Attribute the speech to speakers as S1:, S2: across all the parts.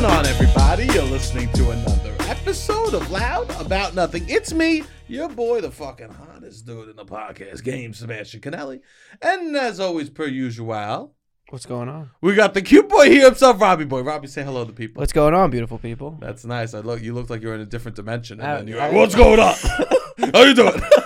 S1: everybody. You're listening to another episode of Loud About Nothing. It's me, your boy, the fucking hottest dude in the podcast game, Sebastian Canelli. And as always, per usual,
S2: What's going on?
S1: we got the cute boy here himself, Robbie Boy. Robbie, say hello to people.
S2: What's going on, beautiful people?
S1: That's nice. I look. You look like you're in a different dimension. And
S2: I-
S1: then you're
S2: I-
S1: like, "What's going on? How you doing?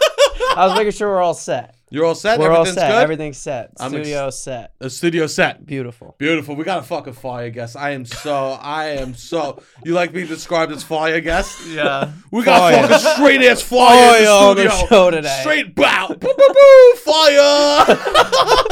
S2: I was making sure we're all set.
S1: you're all set.
S2: We're all
S1: Everything's
S2: set.
S1: good.
S2: Everything's set.
S1: I'm ex-
S2: Studio set.
S1: The studio set.
S2: Beautiful.
S1: Beautiful. We got a fucking fire guest. I am so. I am so. You like being described as fire guest?
S2: Yeah.
S1: We got
S2: Fire.
S1: fucking straight ass fire in
S2: Fire on
S1: the
S2: the
S1: studio.
S2: show today.
S1: Straight bow. Boo, boo, boo, fire.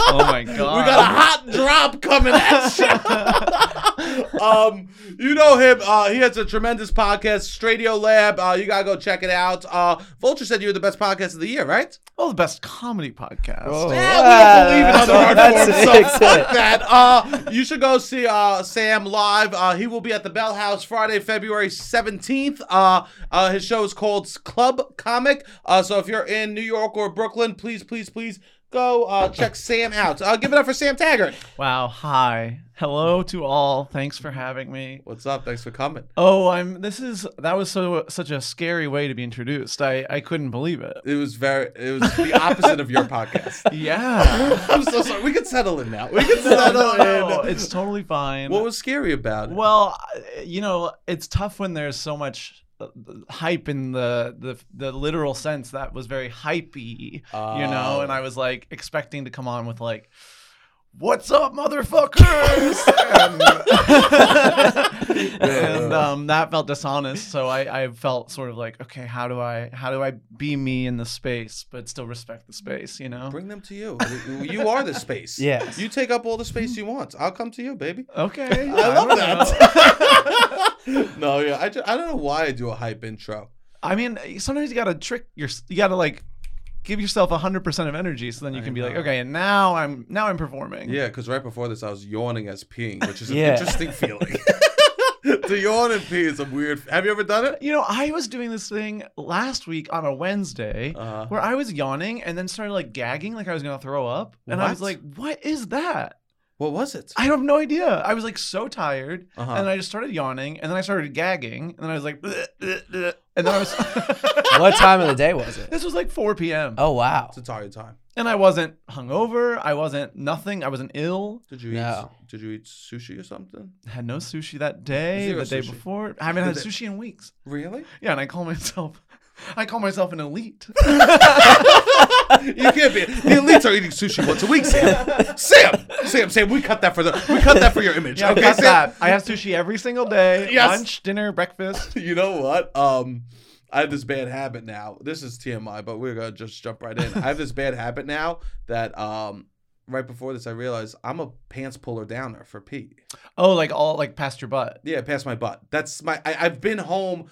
S3: Oh my
S1: we
S3: god.
S1: got a hot drop coming at you. um, you know him. Uh, he has a tremendous podcast, Stradio Lab. Uh, you gotta go check it out. Uh, Vulture said you were the best podcast of the year, right?
S3: oh, the best comedy podcast.
S2: Whoa.
S1: Yeah, we don't
S2: Wow.
S1: believe in other art
S2: That's
S1: forms, so
S2: it.
S1: fuck that. Uh, you should go see uh, Sam live. Uh, he will be at the Bell House Friday, February 17th. Uh, uh, his show is called Club Comic. Uh, so if you're in New York or Brooklyn, please, please, please go uh, check Sam out. Uh, give it up for Sam Taggart.
S3: Wow. Hi. Hello to all. Thanks for having me.
S1: What's up? Thanks for coming.
S3: Oh, I'm. This is that was so such a scary way to be introduced. I I couldn't believe it.
S1: It was very. It was the opposite of your podcast.
S3: Yeah.
S1: I'm so sorry. We can settle in now. We can
S3: No,
S1: settle
S3: no, no,
S1: in.
S3: It's totally fine.
S1: what was scary about it?
S3: Well, I- you know, it's tough when there's so much uh, hype in the the, the literal sense that was very hypey, you know, and I was like expecting to come on with like What's up, um, motherfuckers? and, and, um, that felt dishonest. So I, I felt sort of like, okay, how do I, how do I be me in the space, but still respect the space, you know?
S1: Bring them to you. You- You are the space.
S2: Yes.
S1: You take up all the space you want. I'll come to you, baby.
S3: Okay,
S1: I love
S3: don't know.
S1: that. no, yeah. I, ju- I don't know why I do a hype intro.
S3: I mean, sometimes you gotta trick your, you gotta like give yourself hundred percent of energy, so then you
S1: I
S3: can be like,
S1: know.
S3: okay, and now I'm, now I'm performing.
S1: Yeah, because right before this, I was yawning as peeing, which is
S2: Yeah.
S1: an interesting feeling. to yawn and pee is a weird. Have you ever done it?
S3: You know, I was doing this thing last week on a Wednesday
S1: Uh,
S3: where I was yawning and then started like gagging like I was gonna throw up. And I was
S1: What?
S3: like, what is that?
S1: what was it?
S3: I have no idea. I was like so tired.
S1: Uh-huh.
S3: And I just started yawning and then I started gagging. And then I was like, bleh, bleh, bleh. and then I was
S2: what time of the day was it?
S3: This was like 4 p.m.
S2: Oh wow.
S1: It's a tired time.
S3: And I wasn't hungover. I wasn't nothing. I wasn't ill.
S1: Did you eat?
S2: No.
S1: Did you eat sushi or something?
S3: Had no sushi that day,
S1: Zero
S3: the day
S1: sushi.
S3: before. I haven't
S1: The day-
S3: had sushi in weeks.
S1: Really?
S3: Yeah, and I call myself I call myself an elite.
S1: You can't be. The elites are eating sushi once a week, Sam. Sam, Sam, Sam. We cut that for the. We cut that for your image.
S3: Yeah,
S1: okay,
S3: got
S1: Sam?
S3: that. I have sushi every single day.
S1: Yes.
S3: Lunch, dinner, breakfast.
S1: you know what? Um, I have this bad habit now. This is TMI, but we're gonna just jump right in. I have this bad habit now that um, right before this, I realized I'm a pants puller downer for pee.
S3: Oh, like all like past your butt.
S1: Yeah, past my butt. That's my. I, I've been home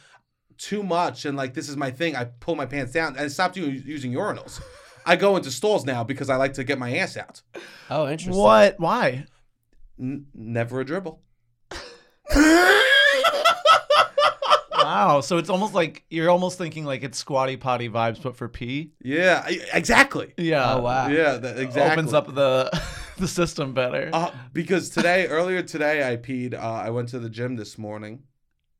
S1: too much, and like this is my thing. I pull my pants down, and I stopped u- using urinals. I go into stalls now because I like to get my ass out.
S2: Oh, interesting.
S3: What? Why?
S1: N- never a dribble.
S3: Wow. So it's almost like you're almost thinking like it's squatty potty vibes, but for pee.
S1: Yeah, I- exactly.
S3: Yeah.
S2: Oh wow.
S1: Yeah, that, exactly.
S3: Opens up the the system better.
S1: Uh, because today, earlier today, I peed. Uh, I went to the gym this morning.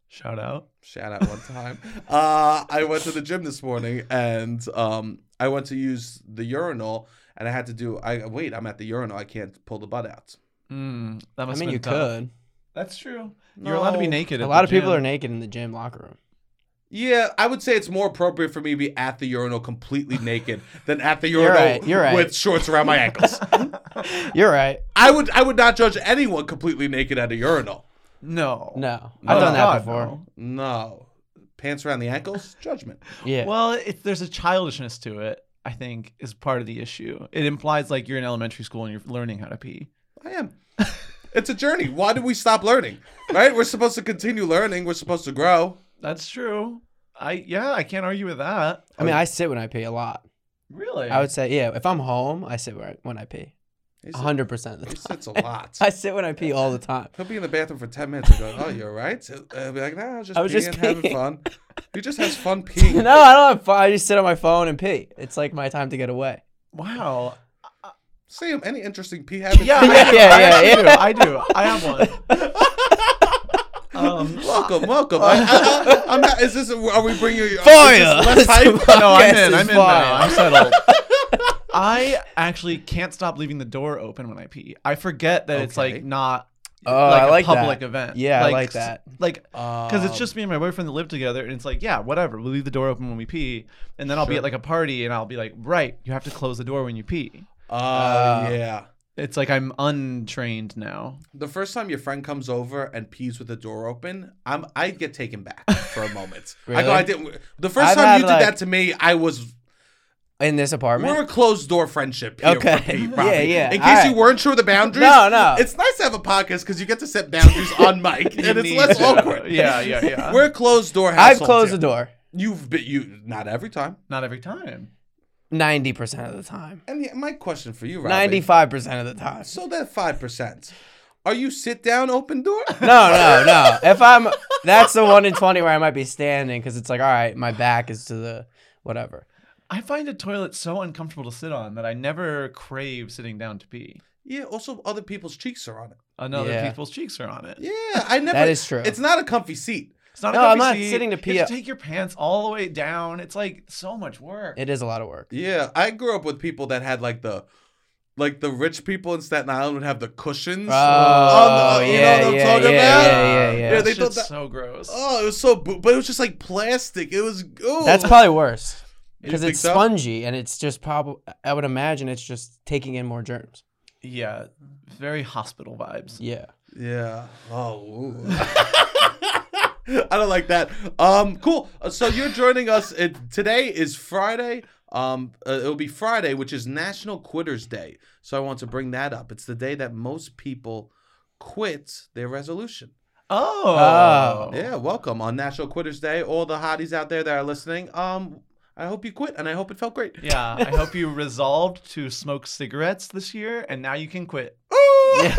S3: Shout out.
S1: Shout out one time. uh, I went to the gym this morning and um, I went to use the urinal and I had to do. I wait. I'm at the urinal. I can't pull the butt out.
S3: Mm, that
S2: I
S3: must
S2: mean,
S3: have
S2: you
S3: been tough.
S2: could.
S3: That's true. You're allowed to be
S1: No.
S3: naked.
S2: A
S3: at
S2: lot
S3: the
S2: of people
S3: gym.
S2: are naked in the gym locker room.
S1: Yeah, I would say it's more appropriate for me to be at the urinal completely naked than at the
S2: You're
S1: urinal
S2: right, you're right.
S1: with shorts around my ankles.
S2: You're right.
S1: I would. I would not judge anyone completely naked at a urinal.
S3: No.
S2: No,
S3: Oh,
S2: I've done that
S3: God,
S2: before.
S3: no.
S1: No, pants around the ankles. Judgment.
S2: Yeah.
S3: Well, it, there's a childishness to it. I think is part of the issue. It implies like you're in elementary school and you're learning how to pee.
S1: I am. It's a journey. Why did we stop learning? Right? We're supposed to continue learning. We're supposed to grow.
S3: That's true. I yeah, I can't argue with that.
S2: I mean, I sit when I pee a lot.
S3: Really?
S2: I would say, yeah, if I'm home, I sit when I, when I pee.
S1: He said-
S2: 100% of the
S1: he
S2: time.
S1: sits a lot.
S2: I sit when I pee all the time.
S1: He'll be in the bathroom for 10 minutes and go, Oh, you're right. I'll be like, Nah, I was just,
S2: I was
S1: peeing,
S2: just
S1: having
S2: peeing."
S1: fun. He just has fun peeing.
S2: No, I don't have fun. I just sit on my phone and pee. It's like my time to get away.
S3: wow.
S1: Sam, any interesting pee habits?
S3: Yeah,
S2: Yeah,
S3: I do.
S2: yeah,
S3: I
S2: yeah,
S3: do.
S2: yeah.
S3: I do. I have one. Um,
S1: Welcome, welcome. I, I, I, am not, is this? Are we bringing? Are, is this
S2: Fire.
S1: less hype?
S3: no, I'm
S2: Podcast
S3: in.
S2: is
S3: I'm in now.
S2: fire.
S3: I'm settled. I actually can't stop leaving the door open when I pee. I forget that it's
S1: Okay.
S3: like not
S2: Oh,
S3: like
S2: I
S3: a
S2: like that.
S3: public event.
S2: Yeah, I like
S3: s-
S2: that.
S3: Like because it's
S1: Um,
S3: just me and my boyfriend that live together, and it's like, yeah, whatever. We'll leave the door open when we pee, and then I'll be
S1: Sure.
S3: at like a party, and I'll be like, right, you have to close the door when you pee.
S1: Oh
S2: Uh,
S1: yeah.
S3: It's like I'm untrained now.
S1: The first time your friend comes over and pees with the door open, I'm I get taken back for a moment. I
S2: Really?
S1: go, I didn't. The 1st
S2: I've
S1: time you
S2: had,
S1: did that
S2: like-
S1: to me, I was.
S2: in this apartment.
S1: We're a closed door friendship. Here
S2: Okay.
S1: for me,
S2: Yeah,
S1: Robbie.
S2: yeah.
S1: In case
S2: All
S1: you
S2: right.
S1: weren't sure of the boundaries.
S2: No, no.
S1: It's nice to have a podcast because you get to set boundaries on mic,
S3: You
S1: and it's
S3: need
S1: less
S3: to-
S1: awkward.
S3: Yeah, yeah, yeah.
S1: We're a closed door.
S2: I've
S1: household
S2: closed
S1: here.
S2: the door
S1: You've been you not every time.
S3: not every time.
S2: ninety percent of the time.
S1: And the- my question for you, Robbie.
S2: Ninety-five percent of the time.
S1: So that five percent. Are you sit down open door?
S2: No, no, no. If I'm, that's the one in twenty where I might be standing because it's like, all right, my back is to the whatever.
S3: I find a toilet so uncomfortable to sit on that I never crave sitting down to pee.
S1: Yeah. Also, other people's cheeks are on it.
S3: Another
S2: Yeah.
S3: people's cheeks are on it.
S1: Yeah, I never.
S2: That is true.
S1: It's not a comfy seat.
S3: It's not.
S2: No,
S3: a
S2: I'm
S3: comfy
S2: not
S3: seat.
S2: sitting to pee
S3: You have
S2: up.
S3: to take your pants all the way down. It's like so much work.
S2: It is a lot of work.
S1: Yeah, I grew up with people that had like the, like the rich people in Staten Island would have the cushions.
S2: Oh,
S1: on the- you know
S2: yeah,
S1: what I'm
S2: yeah,
S1: talking
S2: yeah,
S1: about?
S2: yeah, yeah, yeah.
S1: Yeah, they
S3: That
S1: thought
S3: shit's
S1: that-
S3: so gross.
S1: Oh, it was so, bo- but it was just like plastic. It was. Ooh.
S2: That's probably worse
S1: You
S2: because
S1: think
S2: it's
S1: so?
S2: spongy and it's just probably. I would imagine it's just taking in more germs.
S3: Yeah, very hospital vibes.
S2: Yeah.
S1: Yeah. Oh. ooh. I don't like that. Um, cool. Uh, So you're joining us. It, today is Friday. Um, uh, it'll be Friday, which is National Quitters Day. So I want to bring that up. It's the day that most people quit their resolution.
S3: Oh,
S1: Yeah. Welcome on National Quitters Day. All the hotties out there that are listening. Um, I hope you quit, and I hope it felt great.
S3: Yeah, I hope you resolved to smoke cigarettes this year, and now you can quit.
S1: Ooh!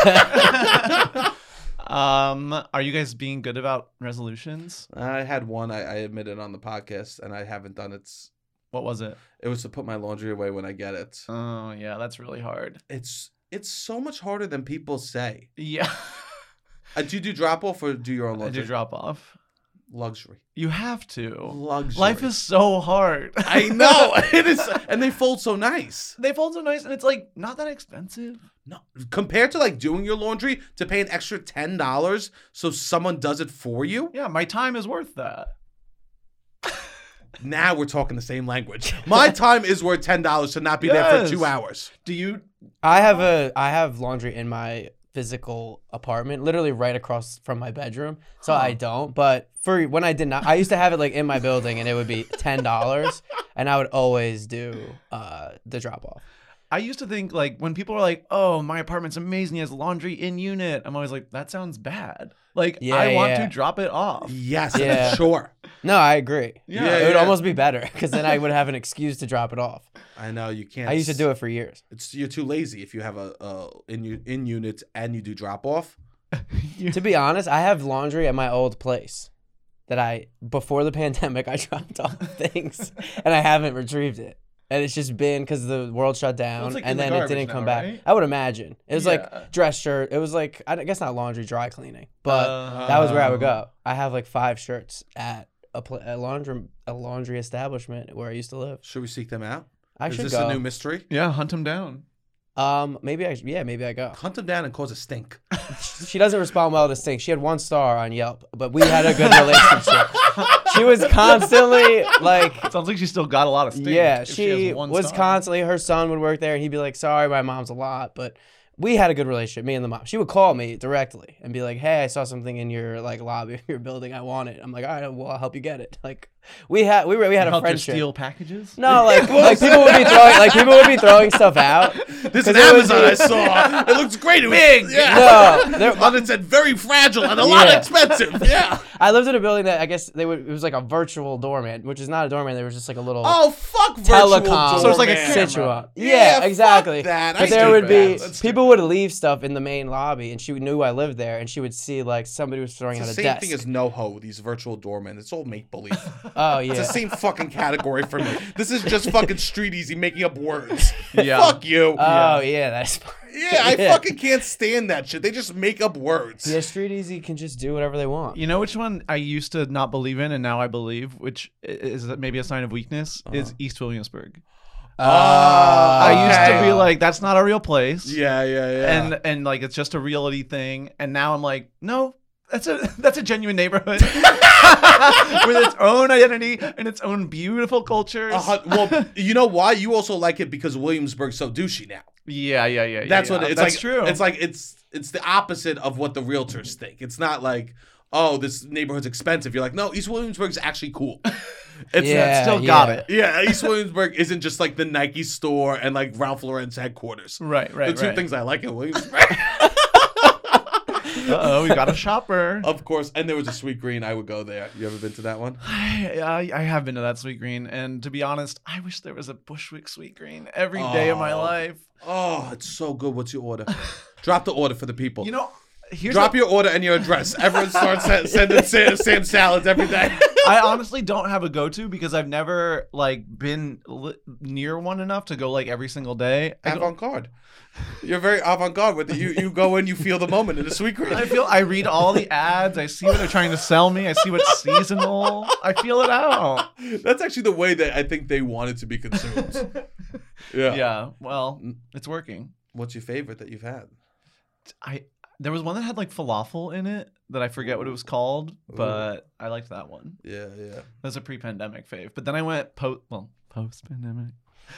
S3: Um, are you guys being good about resolutions?
S1: I had one. I, I admitted on the podcast, and I haven't done it. s-
S3: What was it?
S1: It was to put my laundry away when I get it.
S3: Oh, yeah, that's really hard.
S1: it's it's so much harder than people say.
S3: Yeah,
S1: Uh, do you do drop off or do your own
S3: I
S1: laundry?
S3: do drop off.
S1: luxury.
S3: You have to.
S1: Luxury.
S3: Life is so hard.
S1: I know it is, and they fold so nice.
S3: They fold so nice, and it's like not that expensive.
S1: No, compared to like doing your laundry to pay an extra ten dollars so someone does it for you.
S3: Yeah, my time is worth that.
S1: Now we're talking the same language. My time is worth ten dollars to not be there for
S3: Yes.
S1: two hours.
S3: Do you?
S2: I have a I have laundry in my physical apartment, literally right across from my bedroom. So I don't. But for when I did not, I used to have it like in my building, and it would be ten dollars, and I would always do uh, the drop off.
S3: I used to think like when people are like, "Oh, my apartment's amazing; it has laundry in unit." I'm always like, "That sounds bad." Like
S2: Yeah,
S3: I want
S2: yeah.
S3: to drop it off.
S1: Yes,
S2: Yeah.
S1: sure.
S2: No, I agree.
S3: Yeah,
S2: it would
S1: yeah.
S2: almost be better because then I would have an excuse to drop it off.
S1: I know you can't.
S2: I used to do it for years.
S1: It's you're too lazy if you have a, a in in unit and you do drop off.
S2: To be honest, I have laundry at my old place that I before the pandemic I dropped off things and I haven't retrieved it. And it's just been because the world shut down
S3: it's, like, in
S2: and
S3: the
S2: then it
S3: garbage
S2: didn't come
S3: now,
S2: back.
S3: right?
S2: I would imagine it was
S3: Yeah.
S2: like dress shirt. It was like I don't- guess not laundry, dry cleaning, but
S3: Uh,
S2: that was where I would go. I have like five shirts at a, pla a laundry a laundry establishment where I used to live.
S1: Should we seek them out?
S2: I
S1: is
S2: should
S1: this
S2: go.
S1: a new mystery?
S3: Yeah, hunt them down.
S2: um, maybe I sh- yeah maybe I go.
S1: Hunt them down and cause a stink.
S2: She doesn't respond well to Stink. She had one star on Yelp, but we had a good relationship. she was constantly like,
S3: Sounds like she still got a lot of steam.
S2: yeah,
S3: if
S2: she,
S3: has one
S2: was
S3: star.
S2: constantly. Her son would work there, and he'd be like, "Sorry, my mom's a lot," but we had a good relationship. Me and the mom. She would call me directly and be like, "Hey, I saw something in your like lobby of your building. I want it." I'm like, "All right, well, I'll help you get it." Like, we had we were we had a
S3: Helped her
S2: friendship.
S3: steal packages.
S2: No, like like people would be throwing like people would be throwing stuff out.
S1: This is
S2: 'Cause it was-
S1: Amazon I saw. It looks great. It was,
S3: Big.
S1: Yeah.
S2: No, there-
S1: but it said very fragile and a lot
S2: Yeah.
S1: expensive. Yeah.
S2: I lived in a building that I guess they would it was like a virtual doorman, which is not a doorman. They were just like a little
S1: Oh fuck virtual
S2: telecom.
S3: So it's like a
S1: doorman.
S3: camera.
S2: situation.
S1: Yeah,
S2: Yeah,
S1: fuck
S2: exactly.
S1: that. I
S2: But there would
S1: stupid.
S2: be
S1: That's
S2: people would leave stuff in the main lobby, and she knew I lived there, and she would see like somebody was throwing
S1: It's
S2: out
S1: the same
S2: a desk.
S1: thing as NoHo, these virtual doormen. It's all make believe.
S2: Oh
S1: It's
S2: yeah.
S1: the same fucking category for me. This is just fucking street easy making up words.
S3: Yeah.
S1: Fuck you.
S2: Oh yeah, that's.
S1: yeah, I
S2: yeah.
S1: fucking can't stand that shit. They just make up words.
S2: Yeah, Street Easy can just do whatever they want.
S3: You know which one I used to not believe in and now I believe, which i- is maybe a sign of weakness,
S2: Uh-huh.
S3: is East Williamsburg. Uh,
S2: Uh,
S3: I used to
S1: Okay.
S3: be like, that's not a real place.
S1: Yeah, yeah, yeah.
S3: And and like it's just a reality thing. And now I'm like, no, that's a that's a genuine neighborhood with its own identity and its own beautiful cultures.
S1: A hun- well, you know why? You also like it because Williamsburg's so douchey now.
S3: Yeah, yeah, yeah.
S1: That's
S3: yeah,
S1: what
S3: yeah.
S1: it's
S3: that's
S1: like.
S3: True.
S1: It's like it's it's the opposite of what the realtors think. It's not like oh this neighborhood's expensive. You're like no, East Williamsburg's actually cool. It's
S2: Yeah,
S3: still got
S2: yeah.
S3: it.
S1: yeah, East Williamsburg isn't just like the Nike store and like Ralph Lauren's headquarters.
S3: Right, right,
S1: the two
S3: right.
S1: things I like in Williamsburg,
S3: oh, we got a shopper.
S1: of course. And there was a Sweet Green. I would go there. You ever been to that one?
S3: I, I I have been to that sweet green, and to be honest, I wish there was a Bushwick sweet green every day of my
S1: Oh.
S3: life.
S1: Oh, it's so good. What's your order? Drop the order for the people.
S3: You know, here's
S1: Drop
S3: a-
S1: your order and your address. Everyone starts sa- sending Sam, Sam salads every day.
S3: I honestly don't have a go to because I've never like been li- near one enough to go like every single day. I, go-
S1: avant garde. You're very avant garde with it. You you go in, you feel the moment in a sweet green.
S3: I feel I read all the ads. I see what they're trying to sell me. I see what's seasonal. I feel it out.
S1: That's actually the way that I think they want it to be consumed. Yeah.
S3: Yeah. Well, it's working.
S1: What's your favorite that you've had?
S3: I there was one that had like falafel in it that I forget what it was called, but I liked that one.
S1: Yeah, yeah.
S3: That's a pre-pandemic fave. But then I went post well post-pandemic.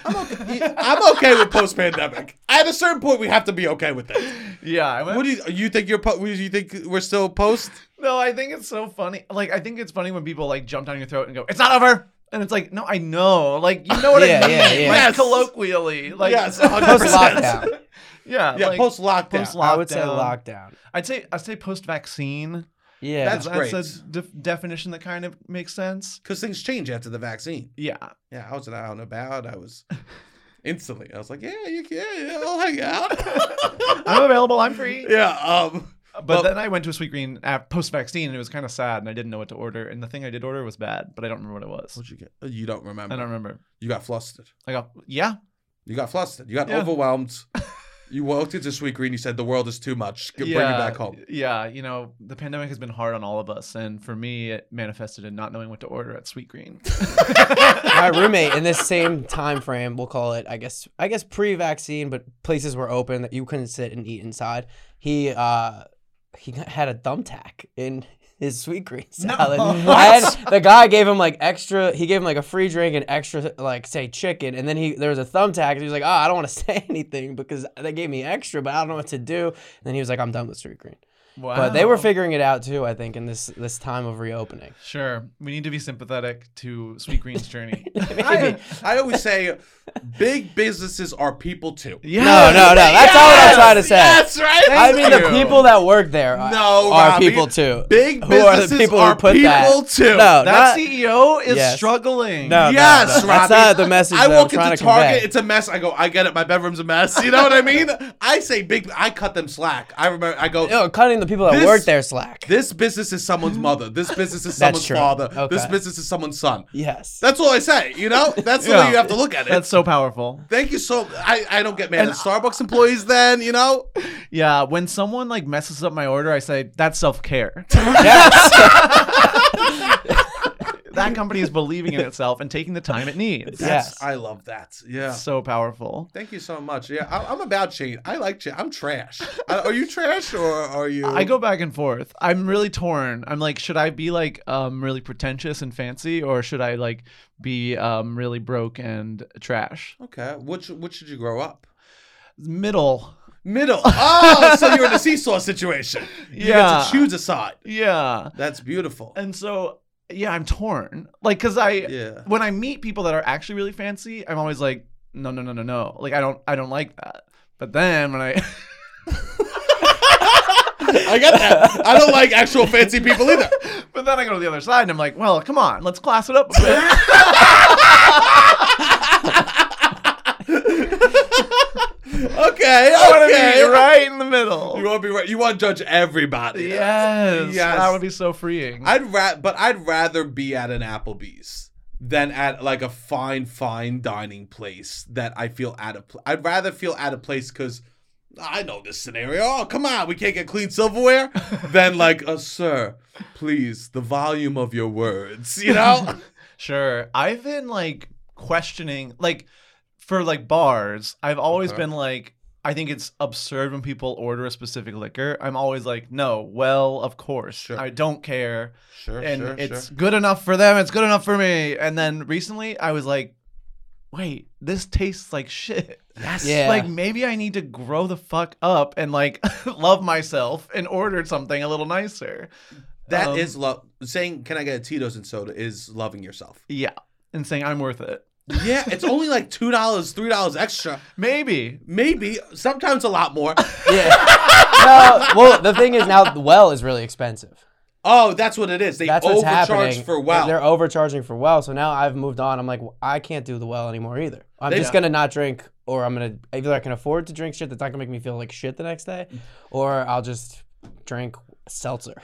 S1: I'm okay. I'm okay with post pandemic. At a certain point, we have to be okay with that.
S3: Yeah, I went.
S1: What do you you think? You're po- you think we're still post?
S3: no, I think it's so funny. Like I think it's funny when people like jump down your throat and go, "It's not over." And it's like, no, I know. Like you know what
S2: Yeah,
S3: I mean.
S2: yeah,
S3: like
S2: yeah.
S1: Yes.
S3: colloquially. Like
S1: yes, 100%.
S2: Post lockdown.
S3: yeah,
S1: Yeah,
S3: Uh, like,
S1: post lockdown.
S3: post-lockdown.
S2: I would say lockdown.
S3: I'd say I'd say post vaccine.
S2: Yeah.
S1: That's-
S3: That's
S1: great.
S3: a def- definition that kind of makes sense.
S1: Because things change after the vaccine.
S3: Yeah.
S1: Yeah, I was out and about. I was instantly. I was like, yeah, you can. Yeah, I'll hang out.
S3: I'm available. I'm free.
S1: yeah. Um.
S3: But
S1: Well-
S3: then I went to a Sweet Green post vaccine and it was kind of sad and I didn't know what to order. And the thing I did order was bad, but I don't remember what it was.
S1: What'd you get? Oh, You don't remember.
S3: I don't remember.
S1: You got flustered.
S3: I go, yeah.
S1: You got flustered. You got
S3: Yeah.
S1: overwhelmed. you walked into Sweet Green. You said the world is too much. G- Bring me
S3: yeah,
S1: back home.
S3: Yeah. You know, the pandemic has been hard on all of us. And for me, it manifested in not knowing what to order at Sweet Green.
S2: my roommate in this same time frame, we'll call it, I guess, I guess pre-vaccine, but places were open that you couldn't sit and eat inside. He uh, he got- had a thumbtack in his sweet green salad. I had, the guy gave him like extra. He gave him like a free drink and extra like say chicken, and then he there was a thumbtack. And he was like, oh, I don't want to say anything because they gave me extra, but I don't know what to do. And then he was like, I'm done with sweet green.
S3: wow.
S2: But they were figuring it out too, I think, in this this time of reopening.
S3: Sure. We need to be sympathetic to Sweet Green's journey.
S1: I, I always say, big businesses are people too.
S3: yeah.
S2: No, no, no. That's not what I'm trying to say.
S1: That's right.
S2: I mean, the
S3: you.
S2: people that work there are,
S1: No,
S2: are
S1: Robbie.
S2: people too.
S1: Big
S2: Who are the
S1: businesses
S2: people who
S1: are
S2: put that-
S1: people too.
S2: No,
S3: That
S2: not,
S3: CEO E is
S2: Uh, Yes.
S3: struggling.
S2: no, no,
S1: Yes,
S2: no. That's
S1: Robbie.
S2: not the message
S1: I
S2: that I'm
S1: walk
S2: trying
S1: into
S2: to
S1: Target,
S2: convey.
S1: it's a mess. I go, I get it. My bedroom's a mess. You know what I mean? I say big. I cut them slack. I remember. I go.
S2: No, cutting the people that
S1: This-
S2: work there slack.
S1: This business is someone's mother. This business is someone's
S2: true.
S1: father. This
S2: Okay.
S1: business is someone's son.
S2: yes.
S1: That's all I say. You know, that's the
S3: Yeah.
S1: way you have to look at it.
S3: That's so powerful.
S1: Thank you so. I I don't get mad at Starbucks employees. Then you know.
S3: Yeah, when someone like messes up my order, I say that's self care.
S2: yes.
S3: that company is believing in itself and taking the time it needs.
S1: That's-
S2: Yes.
S1: I love that. Yeah.
S3: So powerful.
S1: Thank you so much. Yeah, I, I'm about change. I like change. I'm trash. I- are you trash or are you?
S3: I go back and forth. I'm really torn. I'm like, should I be like um really pretentious and fancy, or should I like be um really broke and trash?
S1: Okay. Which which should you grow up?
S3: Middle.
S1: Middle. Oh, so you're in a seesaw situation. You get
S3: Yeah.
S1: to choose a side.
S3: Yeah.
S1: That's beautiful.
S3: And so yeah, I'm torn. Like, cause I
S1: Yeah.
S3: when I meet people that are actually really fancy, I'm always like, no, no, no, no, no. Like I don't I don't like that. But then when I
S1: I got that. I don't like actual fancy people either.
S3: But then I go to the other side and I'm like, well, come on, let's class it up a bit.
S1: Okay, okay,
S3: I want to
S1: okay.
S3: be right in the middle.
S1: You want to be right. You want to judge everybody.
S3: Yes.
S1: Yes.
S3: That would be so freeing.
S1: I'd ra- but I'd rather be at an Applebee's than at like a fine, fine dining place that I feel out of. Pl- I'd rather feel out of place because I know this scenario. Oh, come on, we can't get clean silverware. than like, uh, sir, please, the volume of your words. You know,
S3: sure. I've been like questioning, like for like bars, I've always
S1: Okay.
S3: been like, I think it's absurd when people order a specific liquor. I'm always like, no, well, of course.
S1: Sure.
S3: I don't care.
S1: sure,
S3: and it's good enough for them. It's good enough for me. And then recently, I was like, wait, this tastes like shit.
S1: yes,
S2: Yeah.
S3: Like maybe I need to grow the fuck up and like love myself and order something a little nicer.
S1: That is
S3: Um,
S1: love. Saying, "Can I get a Tito's and soda?" is loving yourself.
S3: Yeah, and saying I'm worth it.
S1: Yeah, it's only like two dollars, three dollars extra,
S3: Maybe.
S1: maybe sometimes a lot more.
S2: Yeah. no, well, the thing is now, well is really expensive.
S1: Oh, that's what it is. They
S2: That's what's
S1: overcharge
S2: happening.
S1: for well.
S2: They're overcharging for well. So now I've moved on. I'm like, well, I can't do the well anymore either. I'm
S1: They-
S2: just gonna not drink, or I'm gonna either I can afford to drink shit that's not gonna make me feel like shit the next day, or I'll just drink seltzer.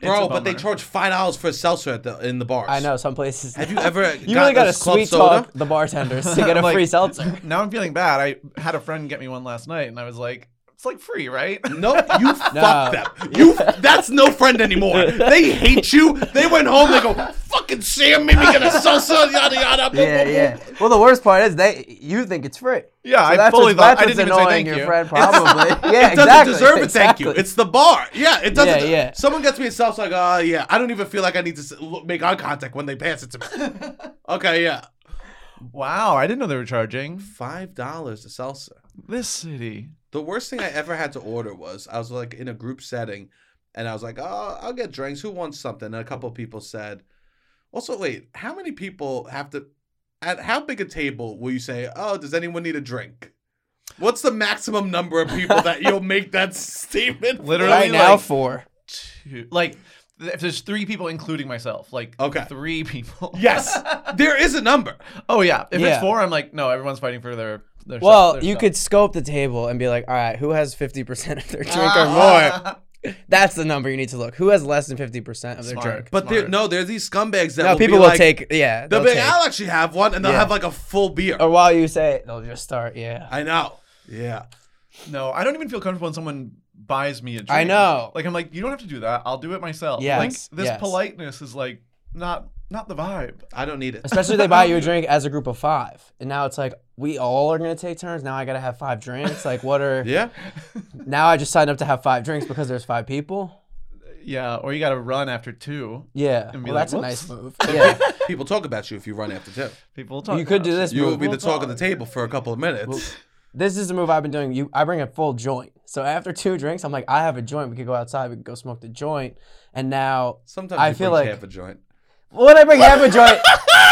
S1: Bro,
S3: a
S1: but they
S3: bummer.
S1: charge five dollars for a seltzer at the in the bars.
S2: I know some places.
S1: Have you ever
S2: You really got to
S1: a club
S2: sweet
S1: soda?
S2: talk the bartenders to get a
S3: Like-
S2: free seltzer.
S3: Now I'm feeling bad. I had a friend get me one last night, and I was like, it's like free, right?
S1: No, you fuck them. You that's no friend anymore. They hate you. They went home. They go fucking Sam made me get a salsa. Yada yada. blah, blah, blah."
S2: Well, the worst part is they you think it's free.
S3: Yeah, I
S2: that's
S3: fully
S2: what's-
S3: thought-
S2: that's
S3: I
S2: what's
S3: didn't even say
S2: annoying
S3: thank
S2: your
S3: you.
S2: friend probably. yeah,
S1: It doesn't
S2: exactly.
S1: deserve it. Thank you.
S2: exactly.
S1: It's the bar. Yeah, it doesn't.
S2: Yeah, yeah.
S1: Someone gets me a seltzer. Like, oh yeah, I don't even feel like I need to s- look- make eye contact when they pass it to me. okay, yeah.
S3: wow, I didn't know they were charging.
S1: Five dollars a salsa.
S3: This city.
S1: The worst thing I ever had to order was I was like in a group setting, and I was like, "Oh, I'll get drinks. Who wants something?" And a couple of people said, "Also, wait, how many people have to? At how big a table will you say, oh, does anyone need a drink?" What's the maximum number of people that you'll make that statement? for?
S3: Literally,
S2: right now
S3: like-
S2: for
S3: Two, like, th- if there's three people, including myself, like
S1: Okay.
S3: three people.
S1: Yes, there is a number.
S3: Oh yeah. If it's
S2: Yeah.
S3: four, I'm like, no, everyone's fighting for their. their stuff-
S2: well,
S3: their
S2: you
S3: stuff.
S2: could scope the table and be like, all right, who has fifty percent of their drink or more?
S3: Ah.
S2: That's the number you need to look. Who has less than fifty percent of their
S3: Smart.
S2: drink?
S1: But there,
S3: Smart.
S1: no, there are these scumbags that
S2: No,
S1: will
S2: people
S1: be
S2: will
S1: like,
S2: take yeah.
S1: The
S2: they'll
S1: big.
S2: take.
S1: I'll actually have one, and they'll
S2: Yeah. Oh.
S1: have like a full beer.
S2: Or while you say it, they'll just start yeah.
S1: I know. Yeah.
S3: No, I don't even feel comfortable when someone buys me a drink.
S2: I know.
S3: Like I'm like, you don't have to do that. I'll do it myself.
S2: Yes,
S3: Like this
S2: yes.
S3: politeness is like not not the vibe.
S1: I don't need it.
S2: Especially if they buy you a drink as a group of five, and now it's like we all are gonna take turns. Now I gotta have five drinks. Like what are
S1: Yeah.
S2: now? I just signed up to have five drinks because there's five people.
S3: Yeah, or you got to run after two.
S2: Yeah, well
S3: And be like,
S2: that's a nice
S3: "Whoops."
S2: move. Yeah,
S1: People talk about you if you run after two.
S3: People talk.
S2: you could
S3: about
S2: do
S3: it.
S2: this
S1: You will
S2: move.
S1: be the
S3: Well
S1: talk of the
S3: done.
S1: table for a couple of minutes.
S2: This is the move I've been doing. You, I bring a full joint. So after two drinks, I'm like, I have a joint. We could go outside. We could go smoke the joint. And now,
S1: Sometimes
S2: I
S1: you
S2: feel
S1: break
S2: like-
S1: half a joint.
S2: when I bring half a joint,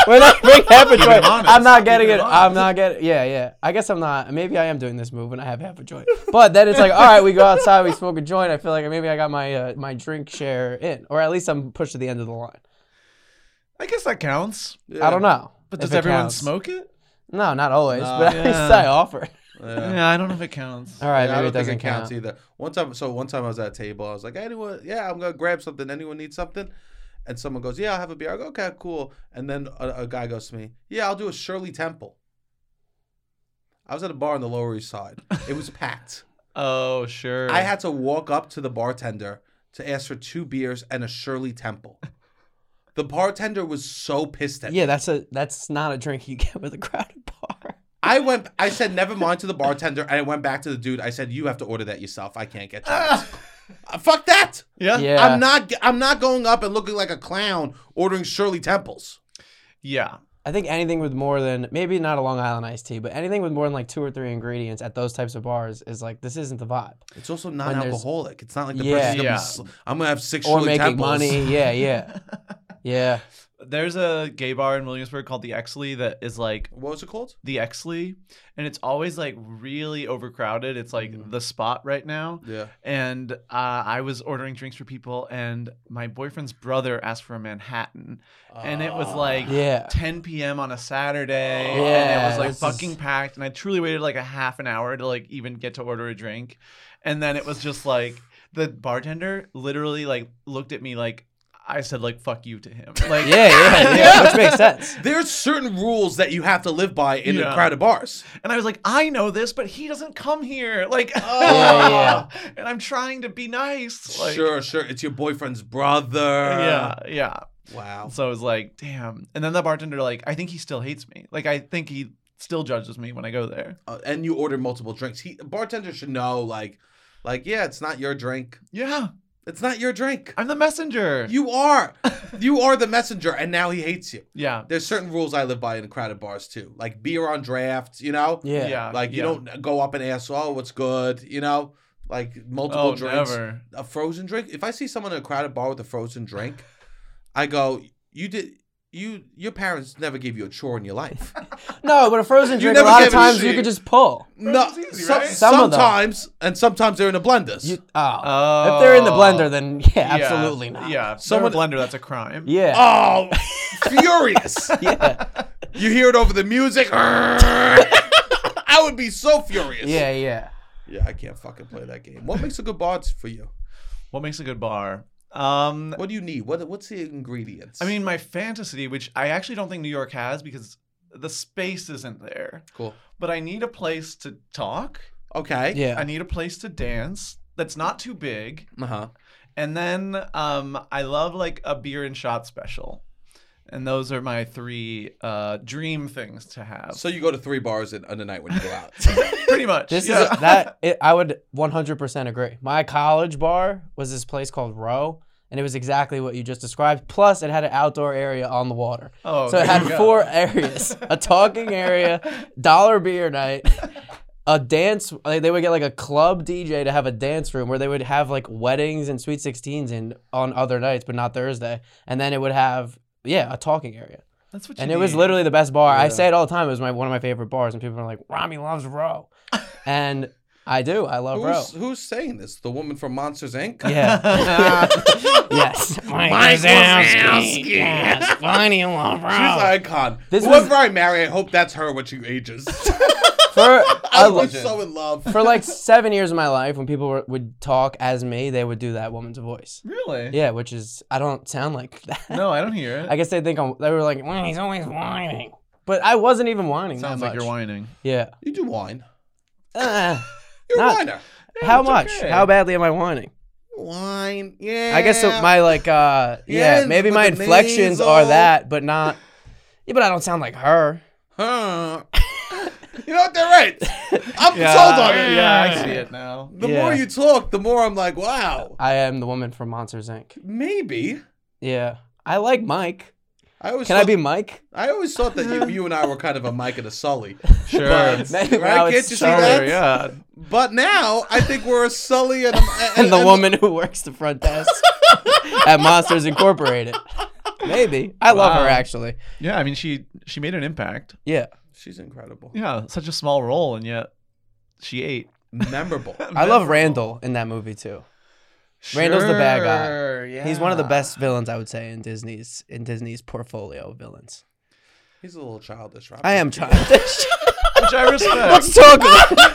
S2: when I bring half a joint,
S3: honest.
S2: I'm not getting
S3: Keep
S2: it.
S3: it
S2: I'm not getting. Yeah, yeah. I guess I'm not. Maybe I am doing this move when I have half a joint. But then it's like, all right, we go outside. We smoke a joint. I feel like maybe I got my uh, my drink share in, or at least I'm pushed to the end of the line.
S3: I guess that counts.
S2: I don't know.
S3: But
S2: if
S3: does
S2: it
S3: everyone
S2: counts.
S3: smoke it?
S2: No, not always.
S1: No.
S2: but at least
S3: Yeah.
S2: I offer.
S1: Yeah.
S3: I don't know if it counts.
S2: All right,
S1: Yeah, I
S2: maybe
S1: don't
S2: it doesn't
S1: think it counts
S2: count.
S1: either. One time, so one time I was at a table. I was like, anyone? Yeah, I'm gonna grab something. Anyone need something? And someone goes, yeah, I'll have a beer. I go, okay, cool. And then a, a guy goes to me, yeah, I'll do a Shirley Temple. I was at a bar on the Lower East Side. It was packed.
S3: Oh sure.
S1: I had to walk up to the bartender to ask for two beers and a Shirley Temple. The bartender was so pissed at me.
S2: Yeah, that's a that's not a drink you get with a crowded bar.
S1: I went. I said never mind to the bartender, and I went back to the dude. I said you have to order that yourself. I can't get you. that." Uh, Fuck that.
S3: yeah.
S2: Yeah.
S1: I'm not. ge- I'm not going up and looking like a clown ordering Shirley Temples.
S3: Yeah.
S2: I think anything with more than maybe not a Long Island iced tea, but anything with more than like two or three ingredients at those types of bars is like this isn't the vibe.
S1: It's also non-alcoholic. It's not like the
S2: Yeah.
S1: person's gonna
S3: Yeah.
S1: be. Sl- I'm gonna have six
S2: Or
S1: Shirley
S2: making
S1: Temples.
S2: money, yeah, yeah. Yeah.
S3: There's a gay bar in Williamsburg called the Exley that is like
S1: What was it called?
S3: the Exley, and it's always like really overcrowded. It's like
S2: Mhm.
S3: the spot right now.
S1: Yeah.
S3: And uh, I was ordering drinks for people, and my boyfriend's brother asked for a Manhattan, and it was like
S2: Yeah.
S3: 10 p.m. on a Saturday, and it
S2: Yeah,
S3: was like
S2: this
S3: fucking
S2: is-
S3: packed. And I truly waited like a half an hour to like even get to order a drink, and then it was just like the bartender literally like looked at me like I said like fuck you to him. Like
S2: Yeah, yeah, yeah. Which makes sense.
S1: There's certain rules that you have to live by in the
S3: Yeah.
S1: crowded bars.
S3: And I was like, I know this, but he doesn't come here. Like,
S2: Oh, Yeah,
S3: and I'm trying to be nice. Like,
S1: sure, sure. It's your boyfriend's brother.
S3: Yeah, yeah.
S1: Wow.
S3: So I was like, damn. And then the bartender, like, I think he still hates me. Like, I think he still judges me when I go there.
S1: Uh, and you order multiple drinks. He bartender should know, like, like yeah, it's not your drink.
S3: Yeah,
S1: It's not your drink.
S3: I'm the messenger.
S1: You are, you are the messenger, and now he hates you.
S3: yeah,
S1: There's certain rules I live by in crowded bars too, like beer on draft. You know,
S2: Yeah.
S3: yeah.
S1: like you
S3: yeah.
S1: don't go up and ask, oh, what's good? You know, like multiple
S3: Oh,
S1: drinks.
S3: never.
S1: a frozen drink. If I see someone in a crowded bar with a frozen drink, I go, "You did you your parents never gave you a chore in your life."
S2: No, but a frozen
S1: You
S2: drink. A
S1: never
S2: lot
S1: gave
S2: of
S1: me
S2: times
S1: shit.
S2: you could just pull.
S1: no,
S3: Frozen's easy,
S1: so-
S3: right?
S2: Some of them.
S1: sometimes and sometimes they're in a blender.
S2: You, oh.
S3: Oh.
S2: If they're in the blender, then yeah,
S3: Yeah,
S2: absolutely not.
S3: Yeah,
S1: Someone-
S3: someone blender. That's a crime.
S2: Yeah.
S1: oh, furious!
S2: Yeah.
S1: You hear it over the music. I would be so furious.
S2: Yeah, yeah.
S1: yeah, I can't fucking play that game. What makes a good bar for you?
S3: What makes a good bar? Um,
S1: What do you need? What what's the ingredients?
S3: I mean, my fantasy, which I actually don't think New York has because the space isn't there.
S1: cool.
S3: But I need a place to talk.
S1: Okay.
S2: Yeah.
S3: I need a place to dance that's not too big.
S1: Uh huh.
S3: And then um, I love like a beer and shot special. And those are my three uh, dream things to
S2: Oh.
S3: have.
S1: So you go to three bars in, on the night when you go out.
S3: Pretty much.
S2: This
S3: yeah.
S2: is that it, I would 100% agree. My college bar was this place called Row, and it was exactly what you just described. Plus, it had an outdoor area on the water.
S3: Oh,
S2: so it
S3: there
S2: had
S3: you go.
S2: four areas: a talking area, dollar beer night, a dance. Like they would get like a club DJ to have a dance room where they would have like weddings and sweet sixteens and on other nights, but not Thursday. And then it would have yeah a talking area.
S3: That's what you
S2: And it was
S3: need.
S2: literally the best bar.
S1: Yeah.
S2: I say it all the time. It was my one of my favorite bars, and people are like, "Rami loves Row," and I do. I love Row.
S1: who's, who's saying this? The woman from Monsters Inc.
S2: Oh, Yeah. yes. Mike Wazowski. Yes. Why do you love
S1: She's an icon.
S2: This
S1: Whoever
S2: was-
S1: I marry, I hope that's her when she ages.
S2: For,
S1: I
S2: I
S1: was
S2: was
S1: so in love.
S2: for like seven years of my life, when people were, would talk as me, they would do that woman's voice.
S3: Really?
S2: Yeah, which is I don't sound like that.
S3: No, I don't hear it.
S2: I guess they think I'm, they were like, well, he's always whining, but I wasn't even whining. that
S3: Sounds like
S2: much.
S3: you're whining.
S2: Yeah.
S1: You do wine.
S2: Uh,
S1: You're
S2: Not-
S1: a whiner.
S2: how
S3: it's
S2: much?
S3: okay.
S2: How badly am I whining?
S1: Wine. Yeah.
S2: I guess so my like uh yeah,
S1: Yeah,
S2: maybe
S1: with
S2: my
S1: the
S2: inflections are
S1: nasal.
S2: that, but not. Yeah, but I don't sound like her.
S1: Huh. you know what? They're right. I'm
S3: Yeah,
S1: sold on it.
S3: Yeah, I see it now.
S1: The
S2: Yeah.
S1: more you talk, the more I'm like, wow.
S2: I am the woman from Monsters Inc.
S1: Maybe.
S2: Yeah. I like Mike.
S1: I always
S2: Can
S1: thought,
S2: I be Mike?
S1: I always thought that you, you and I were kind of a Mike and a Sully.
S3: Sure.
S1: But-
S2: Maybe
S1: Right?
S2: when I was
S1: Can't you see
S2: younger,
S1: that?
S3: yeah.
S1: But now I think we're a Sully and, a,
S2: And the woman who works the front desk at Monsters Incorporated. Maybe. I love
S3: Wow.
S2: her actually.
S3: Yeah, I mean she she made an impact.
S2: Yeah.
S1: She's incredible.
S3: Yeah, such a small role and yet she ate.
S1: Memorable.
S2: I love Randall in that movie too. Randall's the bad guy.
S3: Sure, Yeah.
S2: He's one of the best villains I would say in Disney's in Disney's portfolio of villains.
S1: He's a little childish. Robert.
S2: I am childish.
S3: Which I respect.
S2: let's talk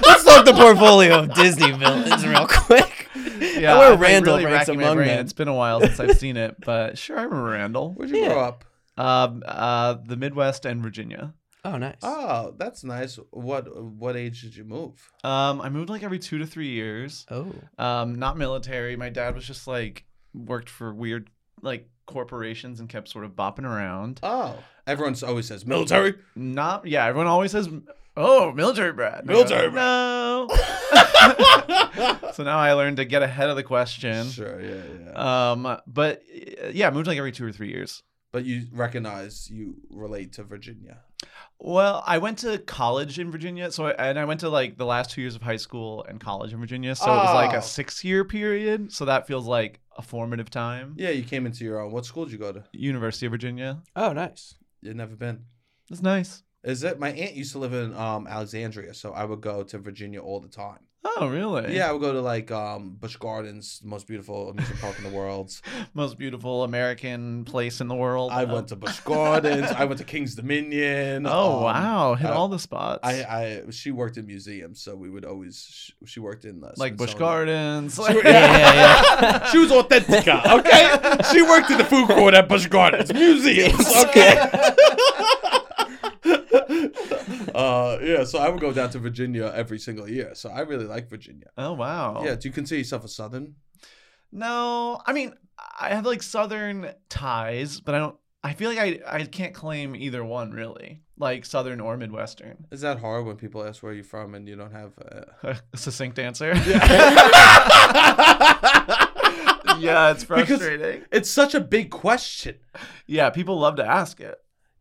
S2: let's talk the portfolio of Disney villains real quick.
S3: Yeah,
S2: Yeah, where
S3: I've been
S2: Randall
S3: really
S2: ranks
S3: racking my
S2: among
S3: brain.
S2: them.
S3: It's been a while since I've seen it, but sure, I remember Randall.
S1: Where'd you
S2: Yeah.
S1: grow up?
S3: Um, uh, the Midwest and Virginia.
S2: Oh nice.
S1: Oh, that's nice. What what age did you move?
S3: Um, I moved like every two to three years.
S2: Oh.
S3: Um, not military. My dad was just like worked for weird like corporations and kept sort of bopping around.
S1: Oh, everyone always says military.
S3: Not yeah. Everyone always says, "Oh, military brat."
S1: Military brat.
S3: No. so now I learned to get ahead of the question.
S1: Sure, yeah, yeah.
S2: Uh,
S3: Um, but yeah, I moved like every two or three years.
S1: but you recognize you relate to Virginia.
S3: Well, I went to college in Virginia, so I, and I went to like the last two years of high school and college in Virginia, so it was like
S1: Oh.
S3: a six-year period. So that feels like a formative time.
S1: Yeah, you came into your own. What school did you go to?
S3: University of Virginia,
S2: Oh, nice.
S1: You'd never been.
S3: it's nice.
S1: Is it? My aunt used to live in um, Alexandria, so I would go to Virginia all the time.
S3: Oh, really?
S1: Yeah, I would go to like um, Busch Gardens, the most beautiful amusement park in the world.
S3: Most beautiful American place in the world.
S1: I went to Busch Gardens. I went to King's Dominion.
S3: Oh
S1: um,
S3: wow! Hit
S1: uh,
S3: all the spots.
S1: I, I she worked in museums, so we would always she, she worked in the
S3: like Busch
S1: Smithsonian.
S3: Gardens.
S1: Sure,
S2: Yeah, yeah,
S1: She was authentica, okay? she worked in the food court at Busch Gardens museums, okay? uh, yeah, so I would go down to Virginia every single year. So I really like Virginia.
S3: Oh wow.
S1: Yeah, do you consider yourself a Southern?
S3: No, I mean, I have like Southern ties, but I don't. I feel like I I can't claim either one really, like Southern or Midwestern.
S1: Is that hard when people ask where you're from and you don't have? Uh...
S3: Succinct answer.
S1: Yeah.
S3: yeah, it's
S1: Because-
S3: frustrating.
S1: it's such a big question.
S3: yeah, people love to ask it.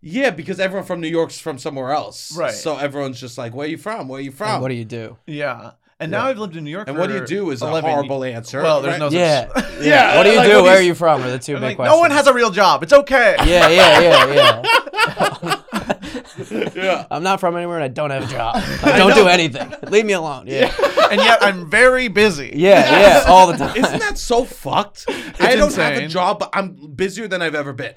S1: Yeah, because everyone from New York's from somewhere else.
S3: Right.
S1: So everyone's just like, where you from? Where you from?
S2: And what do you do?
S3: Yeah, and
S1: Yeah.
S3: now I've lived in New York.
S1: And what do you
S3: for
S1: do is a
S3: 11 ye-
S1: horrible answer.
S3: Well,
S1: right?
S3: there's no such.
S2: Yeah.
S1: Yeah. Yeah,
S2: What do you
S1: like,
S2: do?
S1: what do
S2: Where
S1: you
S2: are
S1: s-
S2: you from? Are the two
S3: I'm
S2: big
S3: like,
S2: questions.
S3: no one has a real job. It's okay.
S2: Yeah, yeah, yeah, yeah.
S1: yeah.
S2: I'm not from anywhere and I don't have a job. I don't do anything. Leave me alone. Yeah.
S3: and yet I'm very busy.
S2: Yeah, yeah, all the time.
S1: Isn't that so fucked? I don't have a
S3: insane.
S1: job, but I'm busier than I've ever been.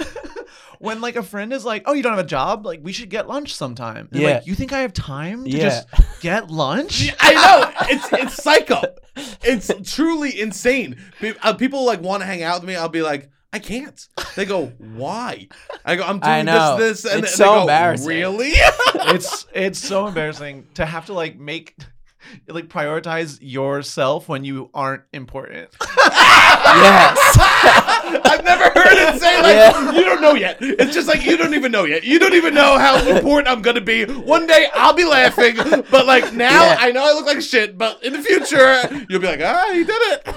S3: when like a friend is like, "Oh, you don't have a job? Like we should get lunch sometime." And,
S2: Yeah.
S3: Like, you think I have time to
S2: Yeah.
S3: just get lunch?
S1: I know it's it's psycho. It's truly insane. Pe- uh, People like want to hang out with me. I'll be like, I can't. They go, why? I go, I'm doing
S2: I know.
S1: this, this, and
S2: It's
S1: they
S2: so
S1: go,
S2: embarrassing.
S1: Really?
S3: it's it's so embarrassing to have to like make like prioritize yourself when you aren't important.
S2: yes.
S1: I've never heard it say like
S2: Yeah.
S1: you don't know yet. It's just like you don't even know yet. You don't even know how important I'm gonna be. One day I'll be laughing, but like now
S2: Yeah.
S1: I know I look like shit. But in the future, you'll be like, ah, he did it.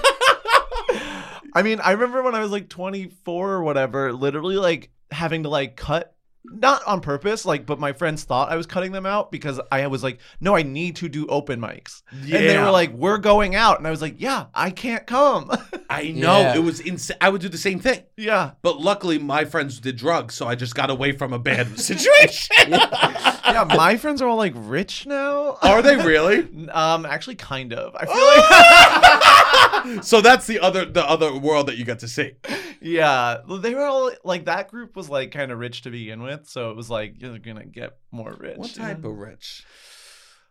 S3: I mean, I remember when I was like 24 or whatever, literally like having to like cut not on purpose, like, but my friends thought I was cutting them out because I was like, no, I need to do open mics. And they
S1: Yeah.
S3: were like, we're going out. And I was like, yeah, I can't come.
S1: I know
S2: Yeah.
S1: it was insane. I would do the same thing.
S3: yeah.
S1: But luckily, my friends did drugs, so I just got away from a bad situation.
S3: Yeah. My friends are all like rich now.
S1: Are they really?
S3: Um, actually, kind of. I feel
S1: so that's the other the other world that you got to see.
S3: like, yeah, well, they were all like that group was like kind of rich to begin with, so it was like you're gonna get more rich.
S1: What
S3: you know?
S1: type of rich?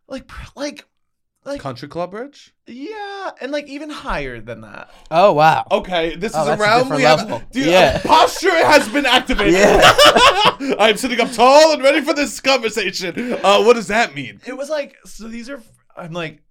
S3: like, pr- like, like,
S1: Country club rich?
S3: yeah, and like even higher than that.
S2: Oh wow.
S1: Okay, this
S2: Oh,
S1: is
S2: that's a
S1: around.
S2: different
S1: we have
S2: level.
S1: Dude,
S2: Yeah.
S1: uh, posture has been activated.
S2: Yeah.
S1: I'm sitting up tall and ready for this conversation. Uh, what does that mean?
S3: It was like, so these are. I'm like,